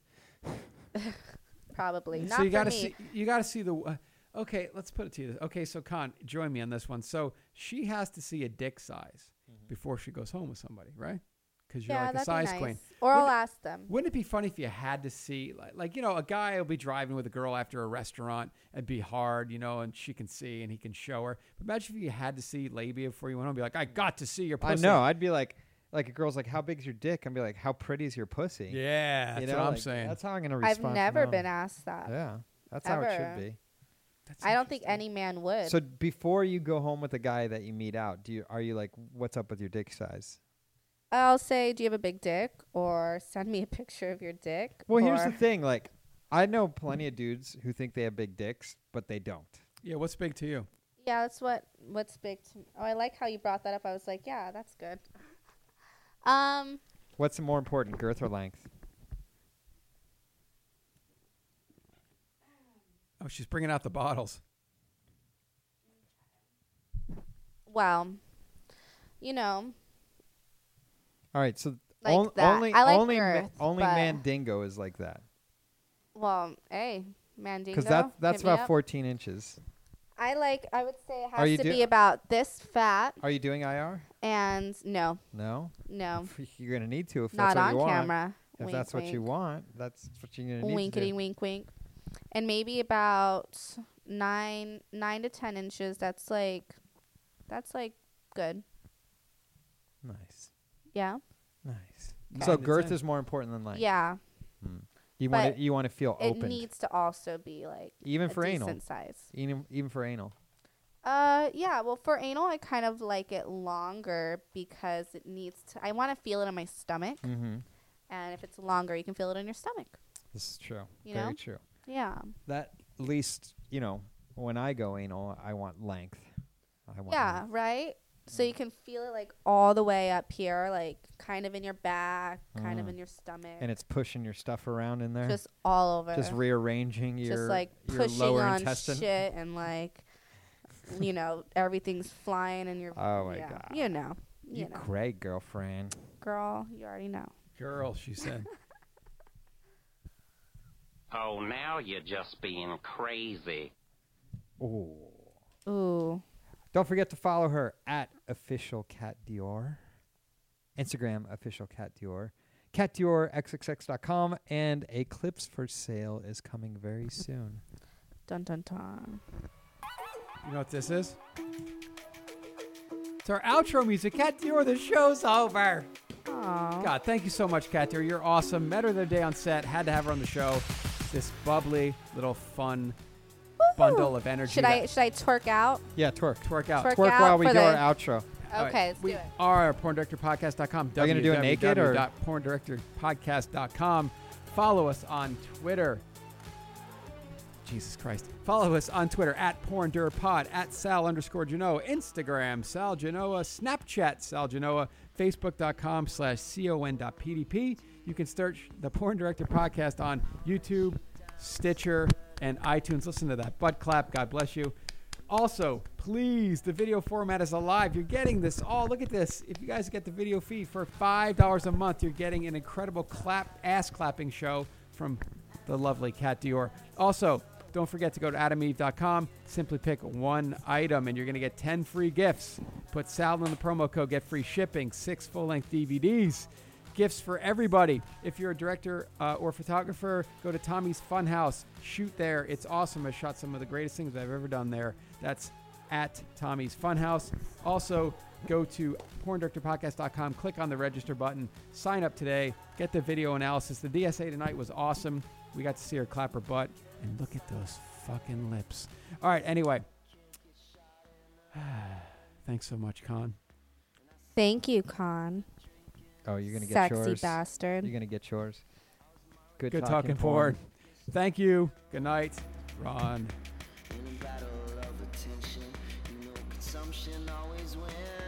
F: probably not
C: so you
F: for
C: gotta
F: me.
C: see. You got to see the. Uh, okay, let's put it to you. Okay, so Con, join me on this one. So she has to see a dick size
B: Mm-hmm.
C: before she goes home with somebody, right? Because you're
F: yeah,
C: like a
F: that'd
C: size
F: be nice.
C: queen.
F: Or I'll
C: Wouldn't-
F: ask them.
C: Wouldn't it be funny if you had to see, like, like, you know, a guy will be driving with a girl after a restaurant and be hard, you know, and she can see and he can show her. But imagine if you had to see labia before you went home, be like, I got to see your
B: I
C: pussy.
B: know. I'd be like, like a girl's like, "How big's your dick?" I'd be like, "How pretty is your pussy?"
C: Yeah,
B: You
C: that's
B: know,
C: what I'm
B: like,
C: saying.
B: That's how I'm gonna
F: I've
B: respond. to
F: never
B: mom.
F: been asked that.
B: Yeah, that's how it
F: Ever.
B: should be.
C: That's
F: I don't think any man would.
B: So before you go home with a guy that you meet out, do you are you like, "What's up with your dick size?"
F: I'll say, "Do you have a big dick?" or "Send me a picture of your dick."
B: Well, here's
F: or-
B: the thing. Like, I know plenty of dudes who think they have big dicks, but they don't.
C: yeah, what's big to you?
F: Yeah, that's what what's big to me. Oh, I like how you brought that up. I was like, yeah, that's good. Um,
B: What's more important, girth or length?
C: Oh, she's bringing out the bottles.
F: well, you know,
B: All right, so
F: Like
B: on-
F: that.
B: only
F: I like
B: only ma-
F: girth,
B: only
F: but-
B: Mandingo is like that
F: well, hey, Mandingo.
B: because that that's
F: hit me
B: about
F: up.
B: 14 inches.
F: I like. I would say it
B: Are
F: has
B: you
F: to
B: do-
F: be about this fat,
B: Are you doing IR?
F: and no,
B: No,
F: no,
B: you're gonna need to if
F: not
B: that's what
F: on
B: you want.
F: camera.
B: If
F: Wink,
B: that's what you
F: wink.
B: want, that's what you're gonna need to
F: Winkety
B: do.
F: wink wink, and maybe about nine nine to ten inches. That's like, that's like good.
B: Nice,
F: Yeah.
B: nice.
C: Okay.
B: So
C: Nine to
B: girth
C: 10.
B: is more important than length.
F: Yeah.
B: You want
F: but
B: to you want to feel
F: It
B: open,
F: needs to also be like
B: even
F: a
B: for
F: decent
B: anal,
F: size.
B: even even for anal.
F: Uh, yeah. Well, for anal, I kind of like it longer because it needs to. I want to feel it in my stomach,
B: Mm-hmm.
F: and if it's longer, you can feel it in your stomach.
B: This is true.
F: You
B: Very
F: know?
B: true.
F: Yeah.
B: That at least you know when I go anal, I want length. I want
F: Yeah.
B: length.
F: Right.
B: Mm.
F: So you can feel it like all the way up here, like kind of in your back, kind of
B: Mm.
F: in your stomach,
B: and it's pushing your stuff around in there.
F: just all over.
B: just rearranging your
F: Just, like
B: your
F: pushing
B: lower
F: on
B: intestine.
F: shit and like, you know, everything's flying in your.
B: Oh my
F: yeah,
B: God.
F: You know. You,
B: You
F: know.
B: great girlfriend.
F: Girl, you already know.
C: Girl, she said.
E: Oh, now you're just being crazy.
B: Ooh.
F: Ooh.
B: Don't forget to follow her at official cat Dior. Instagram official cat Dior. Cat Dior xxx.com and a clips for sale is coming very soon.
F: Dun dun dun.
C: You know what this is? It's our outro music. Cat Dior, the show's over.
F: Aw.
C: God, thank you so much, Kat. Dior. You're awesome. Met her the other day on set. Had to have her on the show. This bubbly, little, fun, bundle of energy.
F: Should I should I twerk out?
B: Yeah, twerk.
C: Twerk out.
F: Twerk
B: Twerk
F: out
B: while we
F: for
B: do our
F: the-
B: outro.
C: All
F: Okay, let's
C: we
F: do it.
C: are porndirectorpodcast.com.
B: Are you gonna do it naked or-
C: www.porndirectorpodcast.com. Follow us on Twitter. Jesus Christ. Follow us on Twitter at porndurpod, at sal underscore Genoa, Instagram, sal Genoa, Snapchat, sal Genoa, facebook.com slash con.pdp. You can search the Porn Director Podcast on YouTube, Stitcher, and iTunes. Listen to that butt clap. God bless you. Also, please, the video format is alive. You're getting this all. Look at this. If you guys get the video feed for $5 a month, you're getting an incredible clap, ass clapping show from the lovely Cat Dior. Also, don't forget to go to adameve.com. Simply pick one item and you're going to get 10 free gifts. Put Sal in the promo code, get free shipping, six full length DVDs gifts for everybody. If you're a director uh, or photographer, go to Tommy's Funhouse. Shoot there. It's awesome. I shot some of the greatest things I've ever done there. That's at Tommy's Funhouse. Also, go to porndirectorpodcast.com, click on the register button, sign up today, get the video analysis. The DSA tonight was awesome. We got to see her clap her butt, and look at those fucking lips. All right, anyway. Thanks so much, Con.
F: Thank you, Con.
B: Oh, you're gonna get
F: Sexy
B: yours.
F: bastard.
B: You're gonna get yours. Good,
C: Good talking porn. Thank you. Good night, Ron.
O: In a battle of attention, you know consumption always wins.